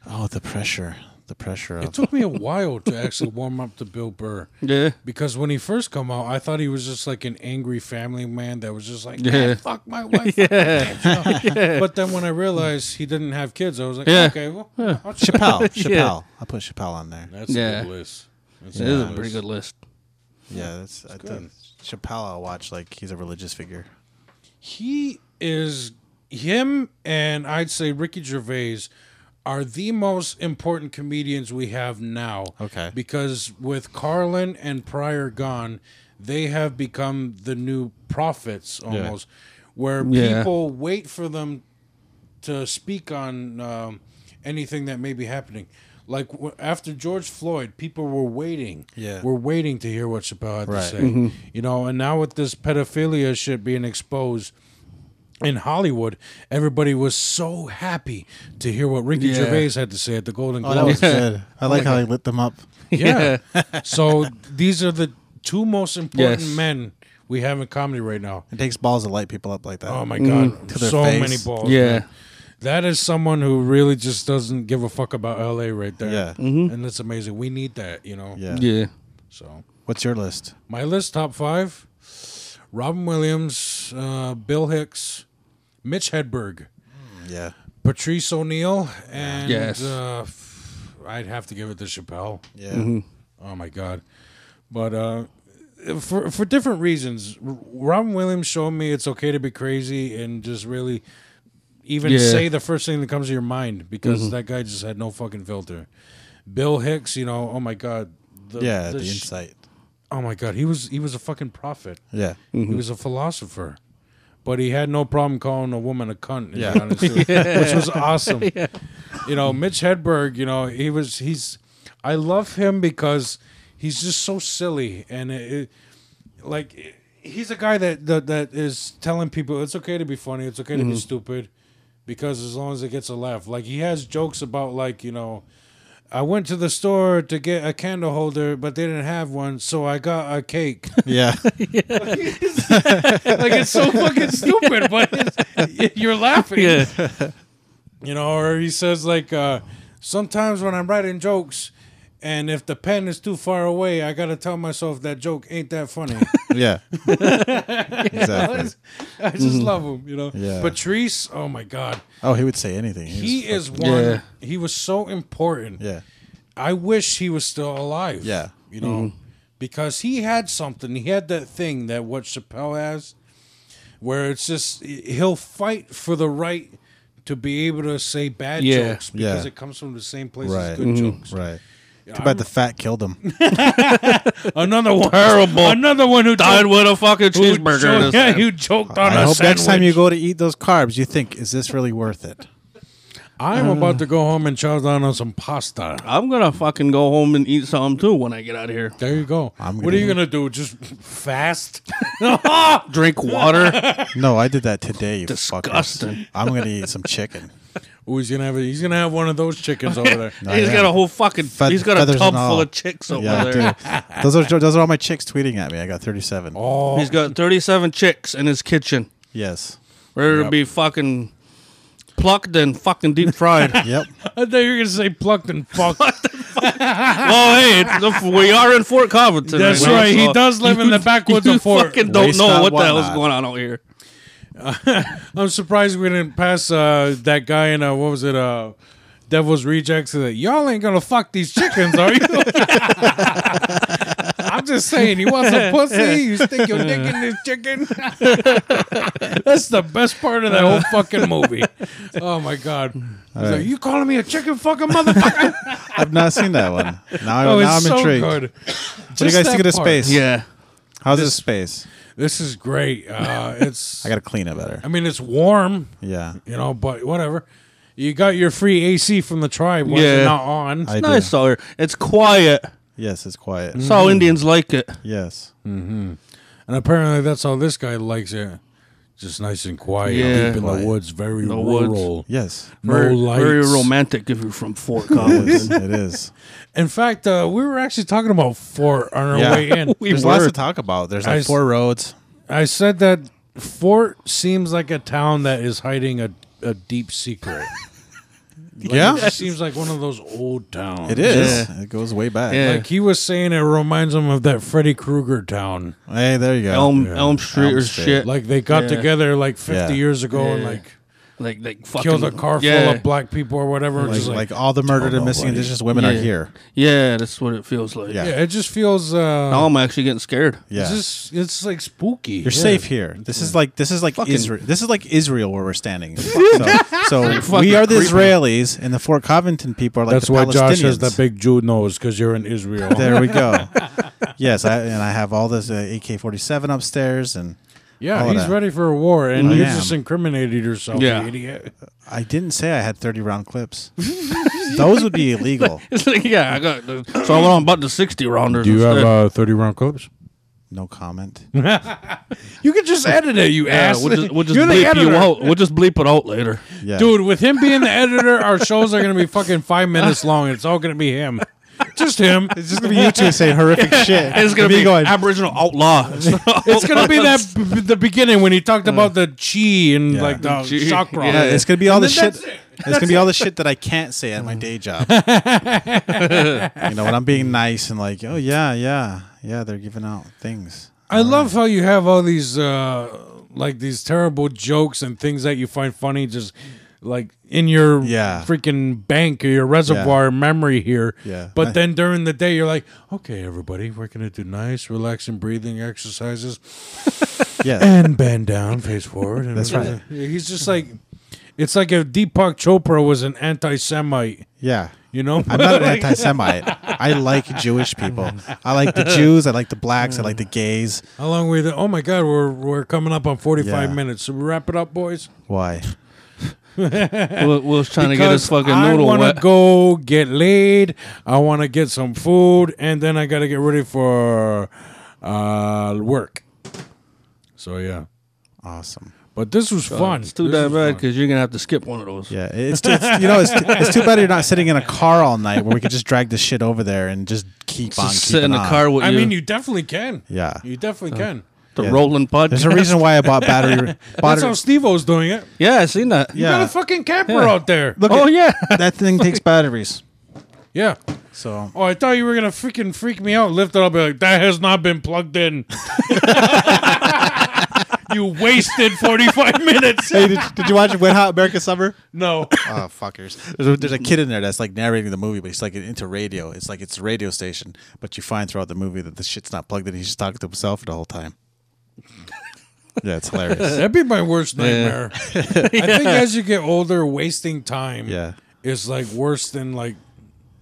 S2: Oh, the pressure. The pressure
S1: It
S2: of.
S1: took me a while to actually warm up to Bill Burr
S3: Yeah.
S1: because when he first come out, I thought he was just like an angry family man that was just like,
S3: Yeah.
S1: "Ah, "Fuck my wife." But then when I realized he didn't have kids, I was like,
S3: Yeah.
S1: "Okay, well, I'll check."
S2: Chappelle. Chappelle. I put Chappelle on there.
S1: That's
S3: Yeah.
S1: a good list. That's
S3: It is a pretty good list.
S2: Yeah, that's, I think Chappelle. I watch like he's a religious figure.
S1: He is him, and I'd say Ricky Gervais are the most important comedians we have now.
S2: Okay.
S1: because with Carlin and Pryor gone, they have become the new prophets almost, where
S3: Yeah.
S1: people wait for them to speak on um, anything that may be happening. Like w- after George Floyd, people were waiting.
S2: Yeah.
S1: were waiting to hear what Chappelle had
S2: Right.
S1: to say. You know, and now with this pedophilia shit being exposed in Hollywood, everybody was so happy to hear what Ricky
S3: Yeah.
S1: Gervais had to say at the Golden
S2: Oh, that was
S1: Globes.
S2: good. I like how he lit them up.
S1: yeah. so these are the two most important
S3: Yes.
S1: men we have in comedy right now.
S2: It takes balls to light people up like that.
S1: Oh my god,
S2: Mm. To their
S1: so
S2: face.
S1: many balls.
S3: Yeah.
S1: man. That is someone who really just doesn't give a fuck about LA right there.
S2: Yeah.
S1: And that's amazing. We need that, you know.
S2: Yeah.
S3: Yeah.
S1: So
S2: What's your list?
S1: My list top five: Robin Williams, uh, Bill Hicks, Mitch Hedberg,
S2: Mm, Yeah.
S1: Patrice O'Neill, and
S3: Yes.
S1: uh, f- I'd have to give it to Chappelle.
S2: Yeah.
S1: Oh my god! But uh, for for different reasons, R- Robin Williams showed me it's okay to be crazy and just really even
S3: Yeah.
S1: say the first thing that comes to your mind because that guy just had no fucking filter. Bill Hicks, you know, oh my god, the,
S2: Yeah. The,
S1: sh-
S2: insight.
S1: oh my god, he was he was a fucking prophet.
S2: Yeah.
S1: He was a philosopher, but he had no problem calling a woman a cunt. to be honest with
S2: Yeah.
S1: you, which was awesome. You know, Mitch Hedberg. You know, he was he's. I love him because he's just so silly and it, it- like. It, he's a guy that, that that is telling people it's okay to be funny, it's okay
S2: Mm-hmm.
S1: to be stupid, because as long as it gets a laugh, like he has jokes about like you know, I went to the store to get a candle holder, but they didn't have one, so I got a cake.
S2: Yeah.
S1: like it's so fucking stupid, but it's, you're laughing.
S3: Yeah.
S1: You know, or he says like uh, sometimes when I'm writing jokes. And if the pen is too far away, I gotta tell myself that joke ain't that funny.
S2: Yeah. exactly.
S1: I just love him, you know.
S2: Yeah.
S1: Patrice, oh my god,
S2: Oh, he would say anything. He was
S1: he
S2: fucking-
S1: is one.
S3: Yeah.
S1: He was so important.
S2: Yeah.
S1: I wish he was still alive.
S2: Yeah.
S1: you know,
S2: Mm-hmm.
S1: because he had something. He had that thing that what Chappelle has, where it's just he'll fight for the right to be able to say bad
S3: Yeah.
S1: jokes because
S2: Yeah.
S1: it comes from the same place
S2: Right. Mm-hmm.
S1: as good jokes.
S2: Right. Too bad the fat killed him.
S1: Another one,
S3: Terrible.
S1: Another one who
S3: Died
S1: joked-
S3: with a fucking
S1: who
S3: cheeseburger.
S1: joked-
S3: this
S1: yeah,
S3: time.
S1: who joked on a
S2: I hope
S1: sandwich.
S2: next time you go to eat those carbs, you think, is this really worth it?
S1: I'm
S2: Uh-huh.
S1: about to go home and chow down on some pasta.
S3: I'm gonna fucking go home and eat something too when I get out of here.
S1: There you go.
S2: I'm
S1: what are you gonna do? Just fast? I
S3: Drink water.
S2: No, I did that today. You
S3: Disgusting.
S2: Fuckers. I'm gonna eat some chicken.
S1: Ooh, he's gonna have. A, he's gonna have one of those chickens over there.
S3: he's got a whole fucking.
S2: Fe-
S3: he's got a
S2: feathers
S3: tub
S2: and all.
S3: full of chicks over
S2: Yeah, I
S3: there.
S2: do. those are those are all my chicks tweeting at me. I got 37.
S1: Oh,
S3: He's got 37 chicks in his kitchen,
S2: Yes.
S3: ready to
S1: Yep.
S3: be fucking plucked and fucking deep fried.
S2: Yep.
S1: I thought you were gonna say plucked and fucked.
S3: oh, hey, it's- we are in Fort Covington.
S1: That's
S3: now,
S1: right, he
S3: so
S1: does live in the backwoods
S3: you
S1: of Fort.
S3: fucking don't
S2: Waste
S3: know
S2: not,
S3: what the
S2: want
S3: hell's
S2: not.
S3: going on out here.
S1: I'm surprised we didn't pass uh, that guy in uh, what was it? Uh, Devil's Rejects. That y'all ain't gonna fuck these chickens, are you? I'm just saying. You want some pussy? You stick your dick in this chicken. That's the best part of that whole fucking movie. Oh my god! He's like, you calling me a chicken fucking motherfucker?
S2: I've not seen that one. Now,
S1: Oh,
S2: now I'm
S1: it's so
S2: intrigued.
S1: good.
S2: What do you guys think of the space?
S3: Yeah.
S2: How's this space?
S1: This is great. Uh, it's.
S2: I gotta clean it better.
S1: I mean, it's warm.
S2: Yeah.
S1: you know, but whatever. You got your free AC from the tribe when yeah.
S3: Yeah.
S1: not on.
S2: I
S3: Nice
S2: do.
S3: out here. It's quiet.
S2: Yes, it's quiet.
S3: That's how Indians like it.
S2: Yes.
S1: and apparently that's how this guy likes it. Just nice and quiet,
S3: Yeah.
S1: deep in the
S2: Quiet.
S1: woods, very
S3: The woods.
S1: rural.
S2: Yes.
S1: No
S3: very,
S1: lights.
S3: very romantic if you're from Fort
S2: It
S3: Collins.
S2: is. It is.
S1: In fact, uh, we were actually talking about Fort on our
S2: Yeah.
S1: way in.
S3: We
S2: There's
S3: were.
S2: lots to talk about. There's
S1: I
S2: like
S1: s-
S2: four roads.
S1: I said that Fort seems like a town that is hiding a, a deep secret.
S2: yeah.
S1: It seems like one of those old towns.
S2: It is. It goes way back.
S3: Yeah.
S1: Like he was saying, it reminds him of that Freddy Krueger town.
S2: Hey, there you go.
S3: Elm Elm Street
S2: Elm
S3: or
S2: Street.
S3: shit. Like
S1: Like they got
S3: Yeah.
S1: together like 50
S2: Yeah.
S1: years ago and
S3: Yeah.
S1: like
S3: like, fucking
S1: killed a car full
S3: yeah,
S1: of black people or whatever. and
S2: Like,
S1: just
S2: like, uh,
S1: like,
S2: all the murdered and missing
S1: nobody.
S2: indigenous women are
S3: Yeah.
S2: here.
S3: Yeah, that's what it feels like.
S2: Yeah.
S1: yeah, it just feels. Uh,
S3: Now I'm actually getting scared.
S2: Yeah.
S1: It's just it's like spooky.
S2: You're safe here. This is like this is like
S3: Fucking-
S2: Israel. This is like Israel where we're standing. so so we are the
S3: creepy.
S2: Israelis, and the Fort Covington people are like
S1: That's
S2: the
S1: why
S2: Palestinians.
S1: Josh has that big Jew nose because you're in Israel.
S2: There we go. yes, I, and I have all this uh, AK-47 upstairs, and
S1: yeah,
S2: all
S1: he's
S2: that.
S1: ready for a war, and
S2: I
S1: you
S2: am.
S1: just incriminated yourself,
S3: Yeah.
S1: you idiot.
S2: I didn't say I had 30 round clips. Those would be illegal.
S3: It's like yeah, I got the, so I went on about the sixty rounders.
S1: Do you have
S3: instead.
S1: uh, 30 round clips?
S2: No comment.
S1: You can just edit it, you
S3: yeah,
S1: ass.
S3: we'll just, we'll just
S1: You're the
S3: bleep you
S1: editor.
S3: out. We'll just bleep it out later.
S2: Yeah.
S1: Dude, with him being the editor, our shows are going to be fucking five minutes long. It's all going to be him. Just him.
S2: It's just gonna be you two saying horrific shit.
S3: It's gonna
S2: Me
S3: be
S2: going,
S3: Aboriginal outlaw.
S1: It's going to be that b- the beginning when he talked about the chi and
S2: Yeah.
S1: like the
S3: Chi.
S1: chakra.
S3: Yeah,
S2: It's gonna be all the
S1: then
S2: shit.
S1: that's it.
S2: It's gonna be all the shit that I can't say at my day job. you know, when I'm being nice and like, oh yeah, yeah, yeah, they're giving out things.
S1: I love how you have all these uh like these terrible jokes and things that you find funny just like in your
S2: Yeah.
S1: freaking bank or your reservoir memory here.
S2: Yeah.
S1: But then during the day you're like, okay, everybody, we're gonna do nice, relaxing breathing exercises
S2: Yeah,
S1: and bend down, face forward. And
S2: That's right.
S1: He's just like it's like if Deepak Chopra was an anti Semite,
S2: yeah.
S1: you know?
S2: I'm not an anti-Semite. I like Jewish people. I like the Jews. I like the blacks. I like the gays.
S1: how long we oh my god, we're we're coming up on forty five
S2: Yeah.
S1: minutes. So we wrap it up, boys.
S2: Why?
S3: We'll, we'll trying to get his
S1: Because
S3: fucking
S1: I
S3: noodle
S1: want
S3: wet.
S1: to go get laid. I want to get some food, and then I gotta get ready for uh, work. So yeah,
S2: Awesome.
S1: but this was fun.
S3: Uh, It's too
S1: This
S3: damn
S1: was
S3: bad
S1: fun.
S3: because you're gonna have to skip one of those.
S2: Yeah, it's, it's you know it's, it's too bad you're not sitting in a car all night where we could just drag the shit over there and just keep on
S3: Just sit in
S2: keeping
S3: the
S2: on.
S3: car with
S1: I
S3: you.
S1: mean, you definitely can.
S2: Yeah.
S1: you definitely can.
S3: the
S2: yeah.
S3: rolling podcast.
S2: There's a reason why I bought battery.
S1: That's how
S2: battery
S1: Steve-O's doing it.
S3: Yeah, I seen that.
S1: You
S2: Yeah.
S1: got a fucking camper
S3: Yeah.
S1: out there.
S2: Look
S3: Oh
S2: at-
S3: yeah.
S2: that thing takes batteries.
S1: Yeah.
S2: So
S1: Oh, I thought you were gonna freaking freak me out. Lift it up, be like, that has not been plugged in. you wasted forty five minutes.
S2: hey, did, did you watch Wet Hot America Summer?
S1: No,
S2: Oh fuckers! There's a, there's a kid in there that's like narrating the movie, but he's like into radio. It's like it's a radio station, but you find throughout the movie that the shit's not plugged in. He's just talking to himself the whole time. Yeah, it's hilarious.
S1: that'd be my worst nightmare. I think as you get older, wasting time
S2: Yeah.
S1: is like worse than like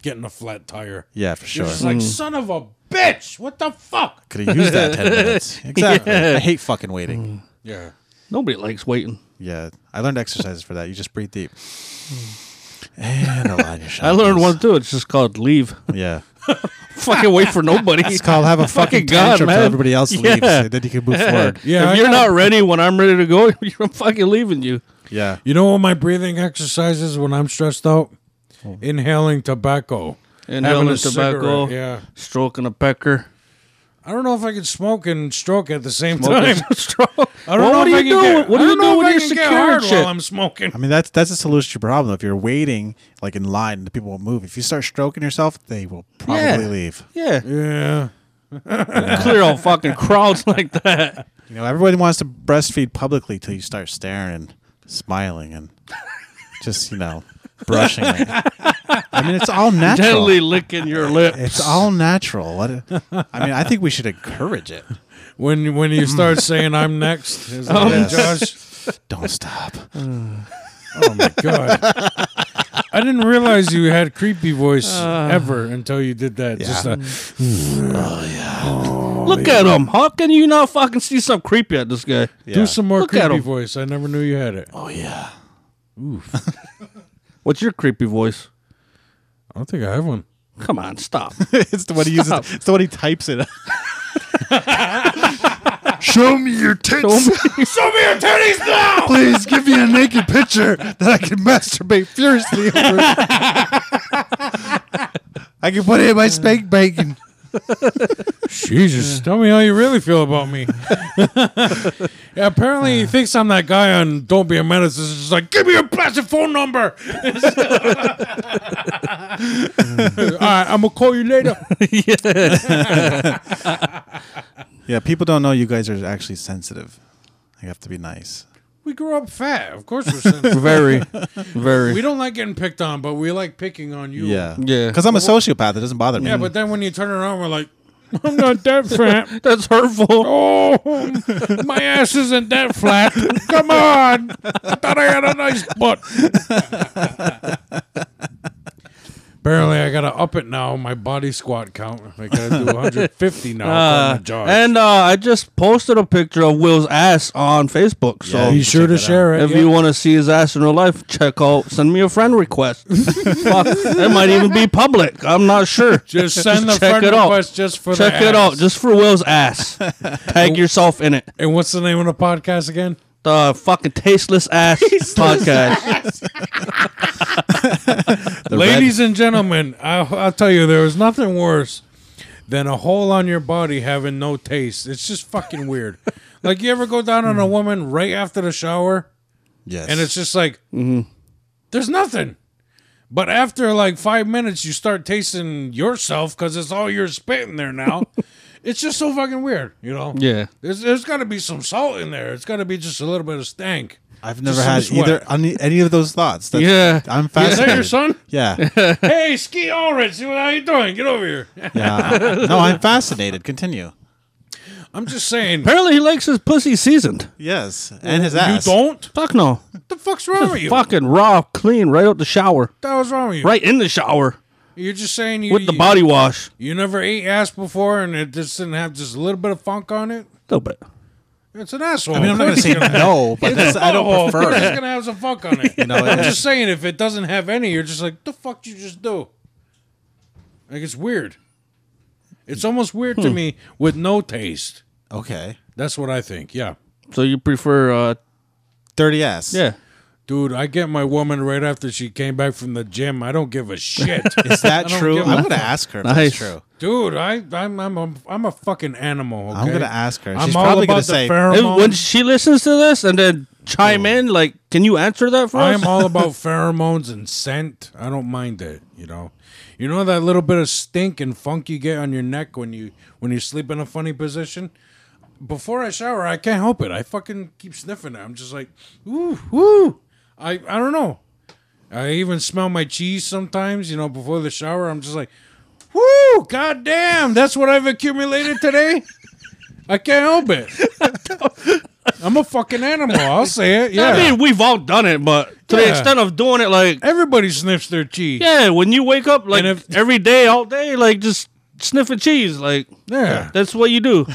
S1: getting a flat tire.
S2: Yeah, for sure.
S1: You're just
S3: Mm.
S1: like son of a bitch. What the fuck?
S2: Could have used that ten minutes. Exactly. I hate fucking waiting.
S1: Yeah.
S3: Nobody likes waiting.
S2: Yeah, I learned exercises for that. You just breathe deep and align your
S3: I learned
S2: shoulders.
S3: one too. It's just called leave.
S2: Yeah,
S3: Fucking wait for nobody.
S2: it's called have a fucking,
S3: Fucking God,
S2: tantrum till
S3: man.
S2: everybody else
S3: Yeah.
S2: leaves, and then you can move forward.
S1: Yeah, I
S3: if you're
S1: know.
S3: not ready when I'm ready to go, I'm fucking leaving you.
S2: Yeah.
S1: You know what my breathing exercise is when I'm stressed out? Inhaling tobacco.
S3: And
S1: Having
S3: having
S1: a
S3: Oh. tobacco,
S1: cigarette, yeah.
S3: stroking a pecker.
S1: I don't know if I can smoke and stroke at the same
S3: Smoking
S1: time.
S3: stroke.
S1: I don't
S3: Well,
S1: know
S3: what
S1: if
S3: do
S1: I can
S3: you do?
S1: get-
S3: what do
S1: I
S3: you
S1: don't know
S3: do
S1: if I
S3: when you're
S1: can get hard
S3: securing shit?
S1: while I'm smoking?
S2: I mean that's that's a solution to your problem. If you're waiting like in line, the people will move. If you start stroking yourself, they will probably
S3: Yeah.
S2: leave.
S3: yeah,
S1: Yeah.
S3: clear all fucking crowds like that.
S2: You know, everybody wants to breastfeed publicly till you start staring and smiling and just you know brushing. it. I mean, it's all natural.
S3: Gently licking your lips.
S2: It's all natural. What? I mean, I think we should encourage it.
S1: When when you start saying I'm next, is that
S3: Oh.
S1: it,
S2: Yes. Don't stop.
S1: Josh? Oh, God. I didn't realize you had creepy voice ever until you did that. Just
S2: Uh. Yeah. Mm,
S1: a, Oh,
S3: Look at him. How can you not fucking see something creepy at this guy?
S1: do some more
S3: Look at
S1: creepy
S3: him.
S1: voice. I never knew you had it.
S2: Oh yeah.
S3: What's your creepy voice?
S1: I don't think I have one.
S3: Come on, stop.
S2: it's the one he uses.
S3: Stop.
S2: It's the one he types it. Show me your tits.
S1: Show me your titties now!
S2: Please give me a naked picture that I can masturbate furiously over. I can put it in my spank bank and
S1: Jesus, tell me how you really feel about me. yeah, apparently he thinks I'm that guy on Don't Be a Menace. It's just like, give me your plastic phone number. All right, I'm gonna call you later.
S2: Yeah, people don't know you guys are actually sensitive. You have to be nice.
S1: We grew up fat, of course. We're sensitive.
S3: very, very.
S1: we don't like getting picked on, but we like picking on you.
S3: Yeah.
S2: Because I'm a sociopath. It doesn't bother me.
S1: yeah. But then when you turn around, we're like, I'm not that fat.
S3: That's hurtful.
S1: Oh, my ass isn't that flat. Come on. I thought I had a nice butt. Apparently, I got to up it now. My body squat count. I got to do 150 now. for
S3: Uh,
S1: my jaws.
S3: and uh, I just posted a picture of Will's ass on Facebook. So
S2: Yeah,
S1: be
S2: you
S1: sure to
S2: check it
S1: share it.
S3: if
S1: yeah.
S3: you want to see his ass in real life, check out. Send me a friend request. Fuck, it might even be public. I'm not sure.
S1: just send the
S3: check
S1: friend
S3: it out.
S1: request just for the
S3: check it out,
S1: ass.
S3: just for Will's ass. Tag yourself in it.
S1: and what's the name of the podcast again?
S3: The fucking tasteless ass podcast.
S2: The red-
S1: Ladies and gentlemen, I'll, I'll tell you, there is nothing worse than a hole on your body having no taste. It's just fucking weird. like, you ever go down on a woman right after the shower?
S2: yes.
S1: and it's just like there's nothing. But after like five minutes, you start tasting yourself because it's all you're spitting there now. it's just so fucking weird, you know.
S3: Yeah.
S1: there's there's got to be some salt in there. It's got to be just a little bit of stank.
S2: I've never
S1: just
S2: had
S1: some
S2: either
S1: sweat.
S2: any, any of those thoughts. That's,
S3: Yeah.
S2: I'm
S1: Is that
S2: fascinated.
S1: your son?
S2: Yeah.
S1: hey, Ski Ulrich, how you doing? Get over here.
S2: Yeah. No, I'm fascinated. Continue.
S1: I'm just saying.
S3: Apparently, he likes his pussy seasoned.
S2: Yes. And his
S1: You
S2: ass.
S1: don't?
S3: Fuck no.
S1: What the fuck's wrong with you? What
S3: Fucking raw, clean, right out the shower.
S1: the hell's wrong with you?
S3: Right in the shower
S1: You're just saying you
S3: with the
S1: you-
S3: body wash.
S1: You never ate ass before, and it just didn't have just a little bit of funk on it.
S3: A little bit.
S1: It's an asshole.
S2: I mean, I'm not going to say no, but
S1: It's
S2: that's, I don't prefer
S1: It's
S2: it.
S1: gonna have some fuck on it.
S2: know,
S1: I'm
S2: it's-
S1: just saying, if it doesn't have any, you're just like, the fuck you just do? Like it's weird.
S3: Hmm.
S1: It's almost weird to me with no taste.
S2: Okay.
S1: That's what I think. Yeah.
S3: So you prefer, uh,
S2: Dirty ass.
S3: yeah.
S1: Dude, I get my woman right after she came back from the gym. I don't give a shit.
S2: Is that
S1: don't
S2: true?
S1: give a
S2: I'm gonna ask her. If
S3: Nice.
S2: That's true.
S1: Dude, I, I'm, I'm, a, I'm a fucking animal.
S2: I'm
S1: okay?
S2: gonna ask her.
S1: I'm
S2: She's
S1: all
S2: probably
S1: about
S2: gonna
S1: the
S2: say,
S3: If- when
S1: pheromones.
S3: she listens to this and then chime in, like, can you answer that for
S1: I
S3: us?
S1: am all about pheromones and scent. I don't mind it, you know. You know that little bit of stink and funk you get on your neck when you when you sleep in a funny position? Before I shower, I can't help it. I fucking keep sniffing it. I'm just like, ooh, ooh. I, I don't know. I even smell my cheese sometimes, you know, before the shower. I'm just like, woo, goddamn, that's what I've accumulated today. I can't help it. I'm a fucking animal. I'll say it. Yeah.
S3: I mean, we've all done it, but to the
S1: Yeah.
S3: extent of doing it, like,
S1: Everybody sniffs their cheese.
S3: yeah, when you wake up, like,
S1: And if-
S3: every day, all day, like, just sniffing cheese, like,
S1: Yeah.
S3: that's what you do.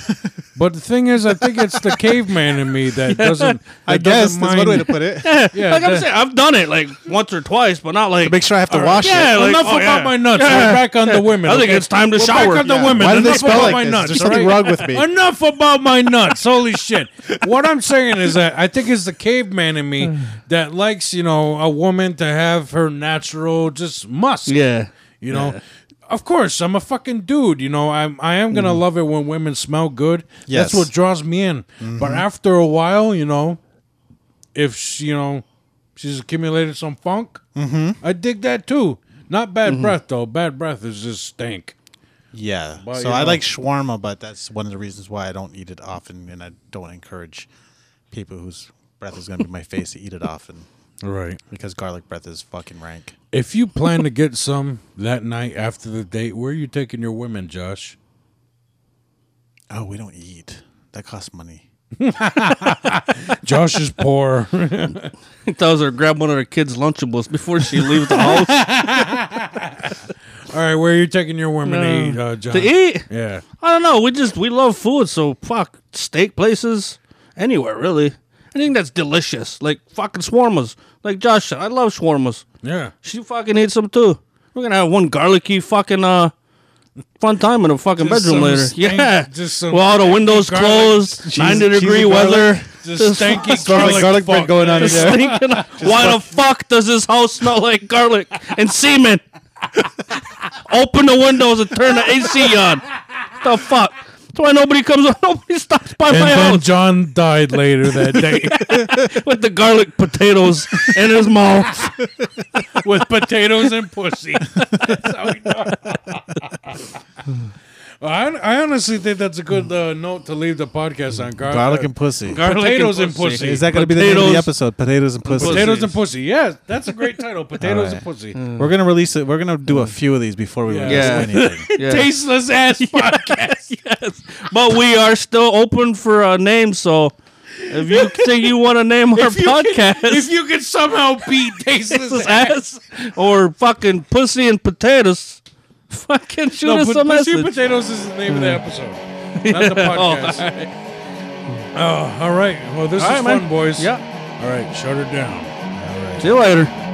S1: But the thing is, I think it's the caveman in me that doesn't.
S2: I
S1: that
S2: guess
S1: doesn't
S2: that's one way
S1: mind-
S2: to put it.
S1: Yeah,
S3: like I'm
S1: that-
S3: saying, I've done it like once or twice, but not like
S2: Make sure I have to wash
S3: Yeah,
S2: it.
S3: like,
S1: Enough
S3: oh,
S1: about
S3: yeah.
S1: my nuts. We're back on the women.
S3: I think
S1: okay?
S3: it's time to
S1: We're
S3: shower.
S1: Back on the
S3: Yeah.
S1: women.
S2: Why do they
S1: Enough
S2: spell
S1: about
S2: like
S1: my
S2: this?
S1: nuts.
S2: There's something
S1: right?
S2: wrong with me.
S1: Enough about my nuts. Holy shit! What I'm saying is that I think it's the caveman in me that likes, you know, a woman to have her natural just musk.
S3: Yeah.
S1: You know, of course, I'm a fucking dude. You know, I'm I am gonna love it when women smell good.
S2: Yes.
S1: That's what draws me in. But after a while, you know, if she, you know she's accumulated some funk, mm-hmm. I dig that too. Not bad breath though. Bad breath is just stink.
S2: Yeah.
S1: But,
S2: so
S1: you
S2: I
S1: know-
S2: like shawarma, but that's one of the reasons why I don't eat it often, and I don't encourage people whose breath is going to be my face to eat it often
S1: Right.
S2: because garlic breath is fucking rank.
S1: If you plan to get some that night after the date, where are you taking your women, Josh?
S2: Oh, we don't eat. That costs money.
S1: Josh is poor.
S3: tells her grab one of her kids' lunchables before she leaves the house
S1: All right, where are you taking your women to eat, uh, Josh?
S3: to eat.
S1: Yeah.
S3: I don't know. We just we love food, so fuck steak places anywhere really. Anything that's delicious, like fucking shawarmas. Like Josh said, I love shawarmas.
S1: Yeah.
S3: She fucking eats them too. We're gonna have one garlicky fucking uh fun time in a fucking
S1: Just
S3: bedroom
S1: some
S3: later.
S1: stink-
S3: yeah,
S1: just
S3: just
S1: some
S3: with all the windows
S1: garlic,
S3: closed, ninety degree
S2: cheesy garlic,
S3: weather.
S1: Just stanky garlic, fuck.
S2: on in there.
S3: Thinking, why the fuck does this house smell like garlic and semen? Open the windows and turn the AC on. The fuck? That's why nobody comes. Nobody stops by
S1: And
S3: my
S1: then
S3: house
S1: John died later that day
S3: with the garlic potatoes in his mouth.
S1: with potatoes and pussy. That's how he died. I, I honestly think that's a good uh, note to leave the podcast on. Gar-
S2: Garlic
S1: uh,
S2: and pussy.
S3: Garlic
S1: Potatoes and pussy.
S2: is that going to be the name of the
S3: potatoes-
S2: episode? Potatoes and pussy.
S1: potatoes and pussy. Yeah, that's a great title. Potatoes and
S2: All
S1: pussy.
S2: Mm. We're going to release it. We're going to do a few of these before we
S1: Yeah.
S2: release
S3: Yeah.
S2: anything.
S3: Yeah.
S1: Tasteless ass podcast.
S3: yes. But we are still open for a name, so if you think you want to name our
S1: If you can-
S3: podcast,
S1: If you could somehow beat tasteless
S3: his
S1: ass.
S3: ass or fucking pussy and potatoes, fucking shoot
S1: No,
S3: us
S1: put,
S3: a
S1: pussy and
S3: message.
S1: potatoes is the name of the episode. Not the podcast. Oh, all right. Well, this
S3: All
S1: is
S3: right,
S1: fun,
S3: man.
S1: boys.
S3: Yeah.
S1: All right, shut her down.
S3: See you later.